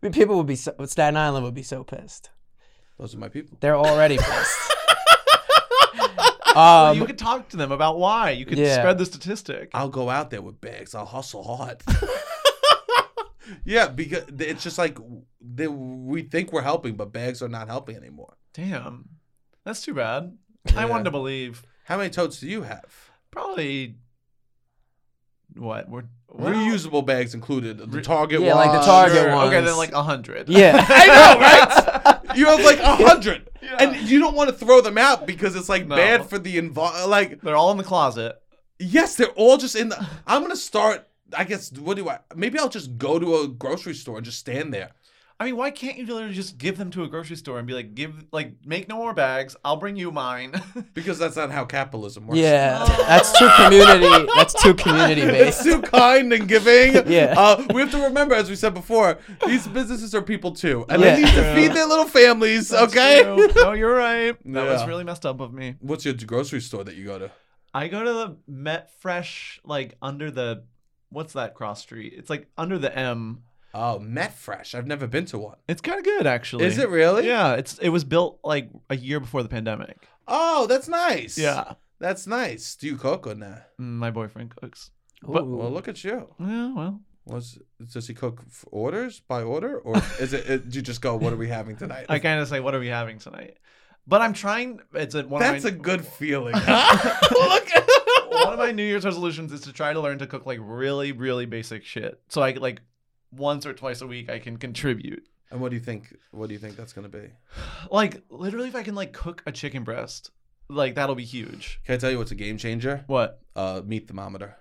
S2: mean, people would be so, Staten Island would be so pissed.
S1: Those are my people.
S2: They're already pissed.
S3: Well,
S2: um,
S3: you could talk to them about why. You could
S2: Yeah.
S3: spread the statistic.
S1: I'll go out there with bags. I'll hustle hard. yeah, because it's just like they, we think we're helping, but bags are not helping anymore.
S3: Damn, that's too bad. I wanted to believe
S1: How many totes do you have?
S3: probably what we're
S1: Reusable bags included. The
S3: Re-
S1: Target
S2: Yeah, like the
S1: one.
S2: Target
S3: Sure. Okay,
S2: ones.
S3: then like a hundred.
S2: yeah.
S1: I know, right? you have like a hundred,
S3: Yeah.
S1: and you don't want to throw them out because it's like
S3: No.
S1: bad for the environment. Like,
S3: They're all in the closet.
S1: yes, they're all just in the. I'm gonna start. I guess. What do I? Maybe I'll just go to a grocery store and just stand there.
S3: I mean, why can't you literally just give them to a grocery store and be like, give, like, make no more bags. I'll bring you mine.
S1: because that's not how capitalism works.
S2: Yeah, that's too community. That's too community
S1: It's
S2: based.
S1: too kind and giving.
S2: Yeah.
S1: Uh, we have to remember, as we said before, these businesses are people too, and
S2: Yeah.
S1: they need to feed their little families. okay.
S3: That's true. No, you're right. That was
S1: Yeah.
S3: really messed up of me.
S1: What's your grocery store that you go to?
S3: I go to the Met Fresh, like under the, what's that cross street? It's like under the M.
S1: Oh, MetFresh. I've never been to one.
S3: It's kind of good actually.
S1: Is it really?
S3: Yeah, it's it was built like a year before the pandemic.
S1: Oh, that's nice.
S3: Yeah,
S1: That's nice. Do you cook or not?
S3: Mm, my boyfriend cooks.
S2: Ooh.
S1: Well, look at you.
S3: Yeah, well,
S1: Was does he cook f- orders by order, or is it, it? Do you just go? What are we having tonight?
S3: I kind of say, what are we having tonight? But I'm trying. It's a, one
S1: That's a
S3: of my,
S1: good feeling. look.
S3: one of my New Year's resolutions is to try to learn to cook like really, really basic shit. So I like once or twice a week I can contribute.
S1: and what do you think? What do you think that's gonna be?
S3: Like literally, if I can like cook a chicken breast, like that'll be huge.
S1: Can I tell you what's a game changer?
S3: What?
S1: Uh, meat thermometer.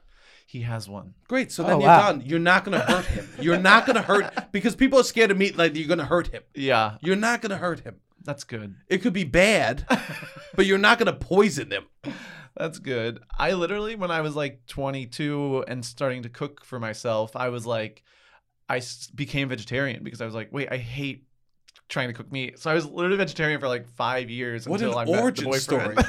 S3: He has one.
S1: Great. So
S2: Oh,
S1: then you're
S2: wow.
S1: done. You're not gonna hurt him. You're not gonna hurt because people are scared of meat. Like you're gonna hurt him.
S3: Yeah,
S1: You're not gonna hurt him.
S3: that's good.
S1: It could be bad, but you're not gonna poison him.
S3: That's good. I literally, when I was like 22 and starting to cook for myself, I was like, I s- became vegetarian because I was like, wait, I hate trying to cook meat. So I was literally vegetarian for like five years
S1: What an
S3: until I met the
S1: origin story.
S3: boyfriend.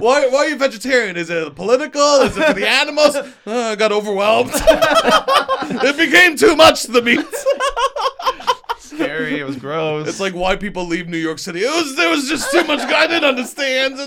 S1: why, why are you vegetarian? Is it political? Is it for the animals? Uh, I got overwhelmed. it became too much, the meat.
S3: Scary. It was gross.
S1: It's like why people leave New York City. It was, there was just too much. I didn't understand the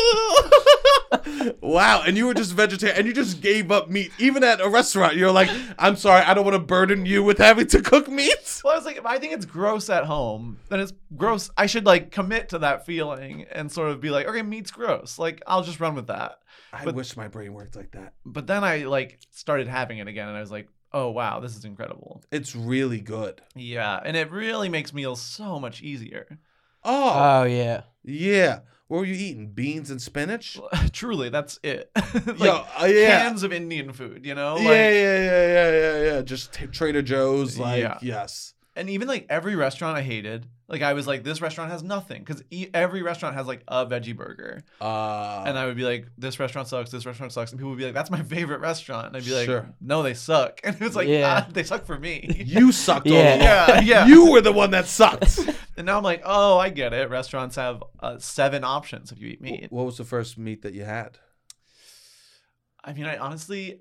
S1: meat. wow. And you were just vegetarian and you just gave up meat. Even at a restaurant, you're like, I'm sorry, I don't want to burden you with having to cook meat.
S3: Well, I was like, if I think it's gross at home, then it's gross. I should like commit to that feeling and sort of be like, okay, meat's gross. Like, I'll just run with that.
S1: I
S3: But-
S1: wish my brain worked like that.
S3: But then I like started having it again and I was like, oh, wow, this is incredible.
S1: It's really good.
S3: Yeah. And it really makes meals so much easier.
S1: Oh,
S2: Oh yeah.
S1: yeah. What were you eating? Beans and spinach?
S3: Truly, that's it. like,
S1: Yo, uh, yeah.
S3: cans of Indian food, you know? Oh, Like,
S1: yeah, yeah, yeah, yeah, yeah, yeah. Just t- Trader Joe's, like,
S3: Yeah.
S1: yes.
S3: And even like every restaurant I hated, like I was like, this restaurant has nothing because e- every restaurant has like a veggie burger.
S1: Uh,
S3: and I would be like, this restaurant sucks, this restaurant sucks. And people would be like, that's my favorite restaurant. And I'd be like,
S1: Sure.
S3: no, they suck. And it was like,
S2: Yeah.
S3: ah, they suck for me.
S1: you sucked all
S2: Yeah.
S1: along.
S3: yeah, yeah.
S1: You were the one that sucked.
S3: and now I'm like, oh, I get it. Restaurants have uh, seven options if you eat meat.
S1: what was the first meat that you had?
S3: I mean, I honestly,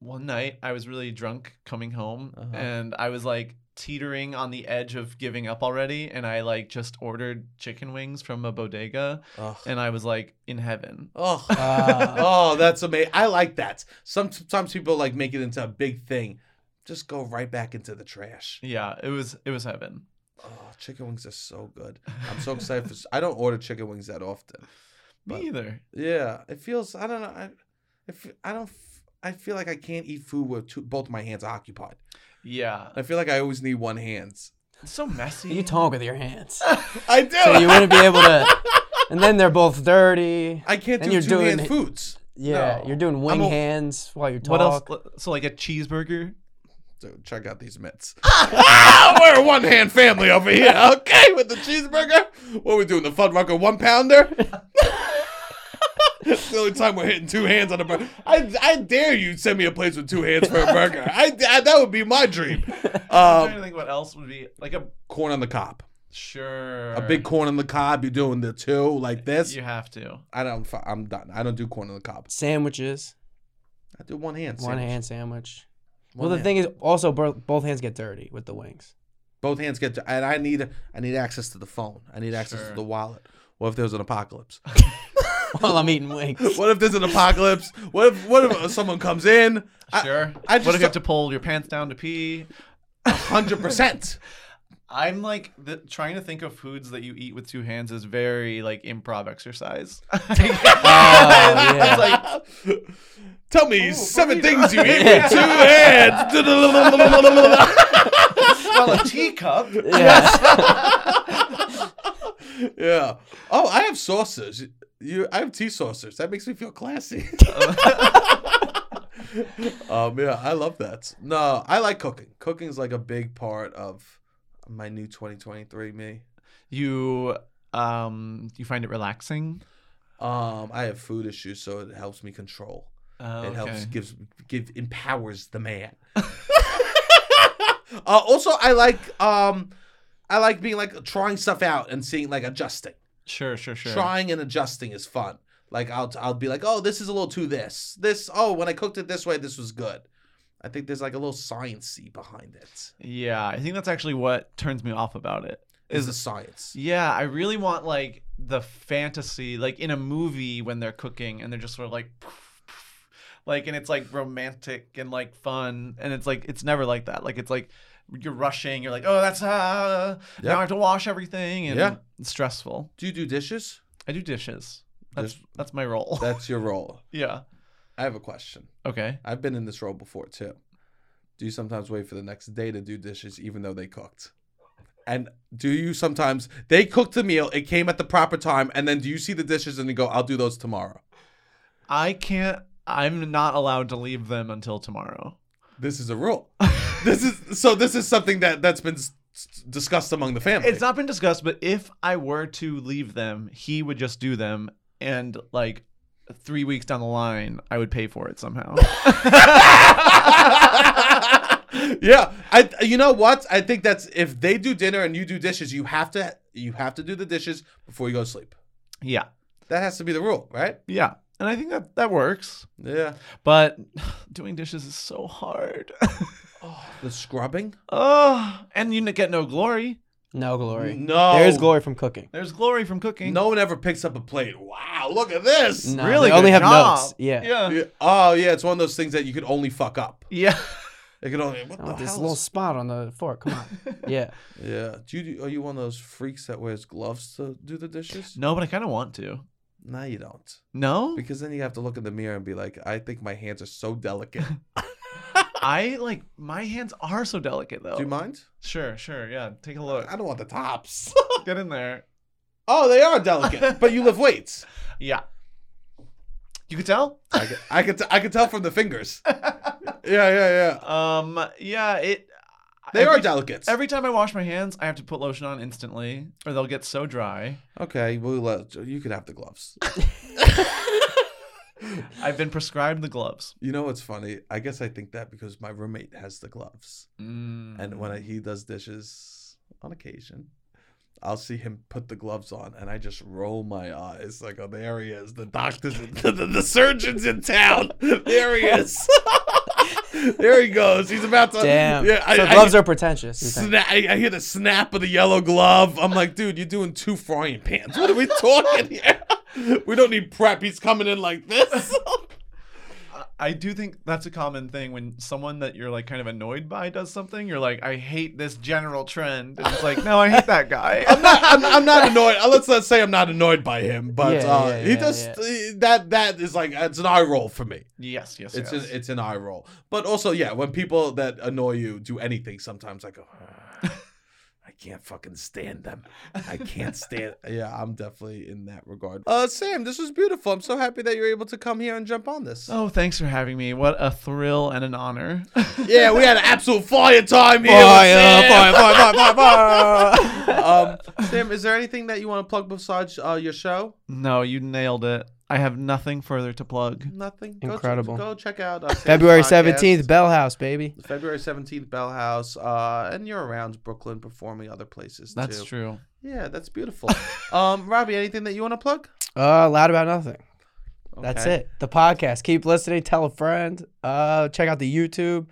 S3: one night I was really drunk coming home
S1: Uh-huh.
S3: and I was like teetering on the edge of giving up already. And I like just ordered chicken wings from a bodega
S1: Ugh.
S3: and I was like in heaven.
S1: Ugh.
S2: Uh,
S1: oh, that's amazing. I like that. Some, sometimes people like make it into a big thing. Just go right back into the trash.
S3: Yeah, it was it was heaven.
S1: Oh, chicken wings are so good. I'm so excited for. I don't order chicken wings that often. But-
S3: Me either.
S1: Yeah, it feels. I don't know. I, I fe- I don't. f- I feel like I can't eat food with two, both my hands occupied.
S3: Yeah.
S1: I feel like I always need one hand.
S3: It's so messy.
S2: You talk with your hands,
S1: I do.
S2: so you wouldn't be able to. And then they're both dirty.
S1: I can't
S2: And
S1: do
S2: you're
S1: two hand
S2: doing-
S1: foods.
S2: Yeah,
S3: No.
S2: you're doing wing
S1: a-
S2: hands while you talk.
S3: What else? So like a cheeseburger.
S1: Dude, check out these mitts. ah, we're a one hand family over here, okay? With the cheeseburger. What are we doing? The Fuddrucker one pounder? It's the only time we're hitting two hands on a burger. I, I dare you send me a place with two hands for a burger. I, I- that would be my dream.
S3: I'm trying
S1: Um,
S3: to think what else would be like a
S1: corn on the cob.
S3: sure
S1: A big corn on the cob. You're doing the two like this.
S3: You have to.
S1: I don't. fu- I'm done. I don't do corn on the cob.
S2: Sandwiches.
S1: I do one hand.
S2: One
S1: sandwich.
S2: hand sandwich.
S1: One
S2: well, the
S1: hand.
S2: thing is, also bro- both hands get dirty with the wings.
S1: Both hands get, to, and I need I need access to the phone. I need access to
S3: Sure.
S1: the wallet. What if there's an apocalypse?
S2: While I'm eating wings.
S1: what if there's an apocalypse? What if what if someone comes in?
S3: Sure.
S1: I
S3: what
S1: just
S3: if you have to pull your pants down to pee?
S1: Hundred percent.
S3: I'm like the, trying to think of foods that you eat with two hands is very like improv exercise.
S2: Oh, yeah.
S3: It's like
S1: Tell me seven
S3: burrito.
S1: things you eat with two hands.
S3: well, a teacup.
S2: Yeah.
S1: yeah. Oh, I have saucers. You, I have tea saucers. That makes me feel classy. um, yeah, I love that. No, I like cooking. Cooking is like a big part of my new 2023 me.
S3: You um you find it relaxing?
S1: Um, I have food issues, so it helps me control.
S3: Oh,
S1: It helps
S3: okay.
S1: gives give empowers the man. uh, also, I like um, I like being like trying stuff out and seeing like adjusting.
S3: Sure, sure, sure.
S1: Trying and adjusting is fun. Like I'll I'll be like, oh, this is a little too this. This oh, when I cooked it this way, this was good. I think there's like a little sciency behind it.
S3: Yeah, I think that's actually what turns me off about it.
S1: Is the science?
S3: Yeah, I really want like the fantasy, like in a movie when they're cooking and they're just sort of like, like, and it's like romantic and like fun, and it's like it's never like that. Like it's like you're rushing, you're like, oh, that's uh,
S1: Yeah.
S3: now I have to wash everything, and
S1: Yeah.
S3: it's stressful.
S1: Do you do dishes?
S3: I do dishes. That's
S1: Dish-
S3: that's my role.
S1: That's your role.
S3: yeah.
S1: I have a question.
S3: Okay.
S1: I've been in this role before too. Do you sometimes wait for the next day to do dishes even though they cooked? And do you sometimes they cooked the meal, it came at the proper time, and then do you see the dishes and you go, I'll do those tomorrow?
S3: I can't. I'm not allowed to leave them until tomorrow.
S1: This is a rule. this is so this is something that that's been s- s- discussed among the family.
S3: It's not been discussed, but if I were to leave them, he would just do them, and like three weeks down the line, I would pay for it somehow.
S1: yeah, I you know what? I think that's if they do dinner and you do dishes, you have to you have to do the dishes before you go to sleep.
S3: yeah,
S1: That has to be the rule, right?
S3: yeah, and I think that that works.
S1: Yeah.
S3: But doing dishes is so hard.
S1: The scrubbing?
S3: oh, and you get no glory.
S2: No glory.
S1: No.
S2: There is glory from cooking.
S3: There's glory from cooking.
S1: No one ever picks up a plate. Wow, look at this.
S2: No,
S3: really,
S2: They only
S3: good
S2: have
S3: job.
S2: notes. Yeah.
S3: yeah,
S1: Yeah. Oh yeah, it's one of those things that you could only fuck up.
S3: yeah.
S1: It could only. What the
S2: I want Oh, this
S1: hell?
S2: little
S1: is-
S2: spot on the fork. Come on. yeah.
S1: yeah. Do you do, are you one of those freaks that wears gloves to do the dishes?
S3: No, but I kind of want to.
S1: No, you don't.
S3: No,
S1: Because then you have to look in the mirror and be like, I think my hands are so delicate.
S3: I like my hands are so delicate though.
S1: Do you mind?
S3: Sure, sure, yeah. Take a look.
S1: I don't want the tops.
S3: Get in there.
S1: oh, they are delicate, but you lift weights.
S3: Yeah. You could tell?
S1: I could, I could, t- I could tell from the fingers. Yeah, yeah, yeah.
S3: Um yeah, it
S1: They
S3: every,
S1: are delicate.
S3: Every time I wash my hands, I have to put lotion on instantly or they'll get so dry.
S1: okay, we'll let, you could have the gloves.
S3: I've been prescribed the gloves.
S1: You know what's funny? I guess I think that because my roommate has the gloves,
S3: Mm.
S1: and when I, he does dishes on occasion, I'll see him put the gloves on, and I just roll my eyes like, "Oh, there he is! The doctor's, in, the, the surgeon's in town. There he is. there he goes. He's about to.
S2: Damn.
S1: Yeah, I,
S2: so
S1: I-
S2: gloves are pretentious. You think.
S1: Sna- I, I hear the snap of the yellow glove. I'm like, dude, you're doing two frying pans. What are we talking here? We don't need prep. He's coming in like this.
S3: I- I do think that's a common thing when someone that you're like kind of annoyed by does something, you're like, I hate this general trend. And it's like, no, I hate that guy.
S1: I'm not. I'm, I'm not annoyed. Uh, Let's not say I'm not annoyed by him, but
S2: Yeah,
S1: uh,
S2: yeah,
S1: he
S2: yeah,
S1: does he- that. That is like it's an eye roll for me.
S3: yes, yes,
S1: It's
S3: yes.
S1: an, it's an eye roll. But also, yeah, when people that annoy you do anything, sometimes I go, "Ah, I can't fucking stand them. I can't stand. yeah, I'm definitely in that regard. Uh, Sam, this was beautiful. I'm so happy that you're able to come here and jump on this.
S3: oh, thanks for having me. What a thrill and an honor.
S1: Yeah, we had an absolute fire time here. with Sam. Um, Sam, is there anything that you want to plug besides uh, your show?
S3: no, you nailed it. I have nothing further to plug.
S1: Nothing.
S2: Incredible.
S1: Go, ch- go check out uh, Sam's
S2: February
S1: podcast.
S2: 17th, Bell House, baby.
S1: February seventeenth, Bell House, uh, and you're around Brooklyn performing other places
S3: That's
S1: too.
S3: true.
S1: Yeah, that's beautiful. um, Robbie, anything that you want to plug?
S2: Uh, loud about nothing. That's
S1: Okay.
S2: it. The podcast. Keep listening. Tell a friend. Uh, check out the YouTube.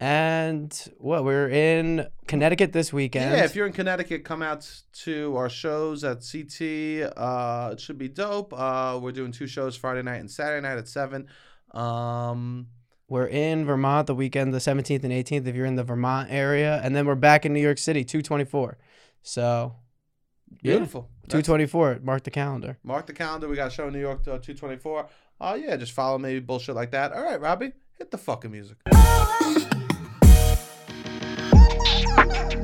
S2: And what we're in Connecticut this weekend.
S1: Yeah, if you're in Connecticut, come out to our shows at CT. Uh, it should be dope. Uh, we're doing two shows Friday night and Saturday night at seven. Um,
S2: we're in Vermont the weekend, the 17th and 18th. If you're in the Vermont area, and then we're back in New York City, 224. So, yeah,
S1: beautiful. That's-
S2: 224. Mark the calendar.
S1: Mark the calendar. We got a show in New York uh, two twenty four. Uh, yeah, just follow maybe bullshit like that. All right, Robbie, hit the fucking music.
S4: Thank you.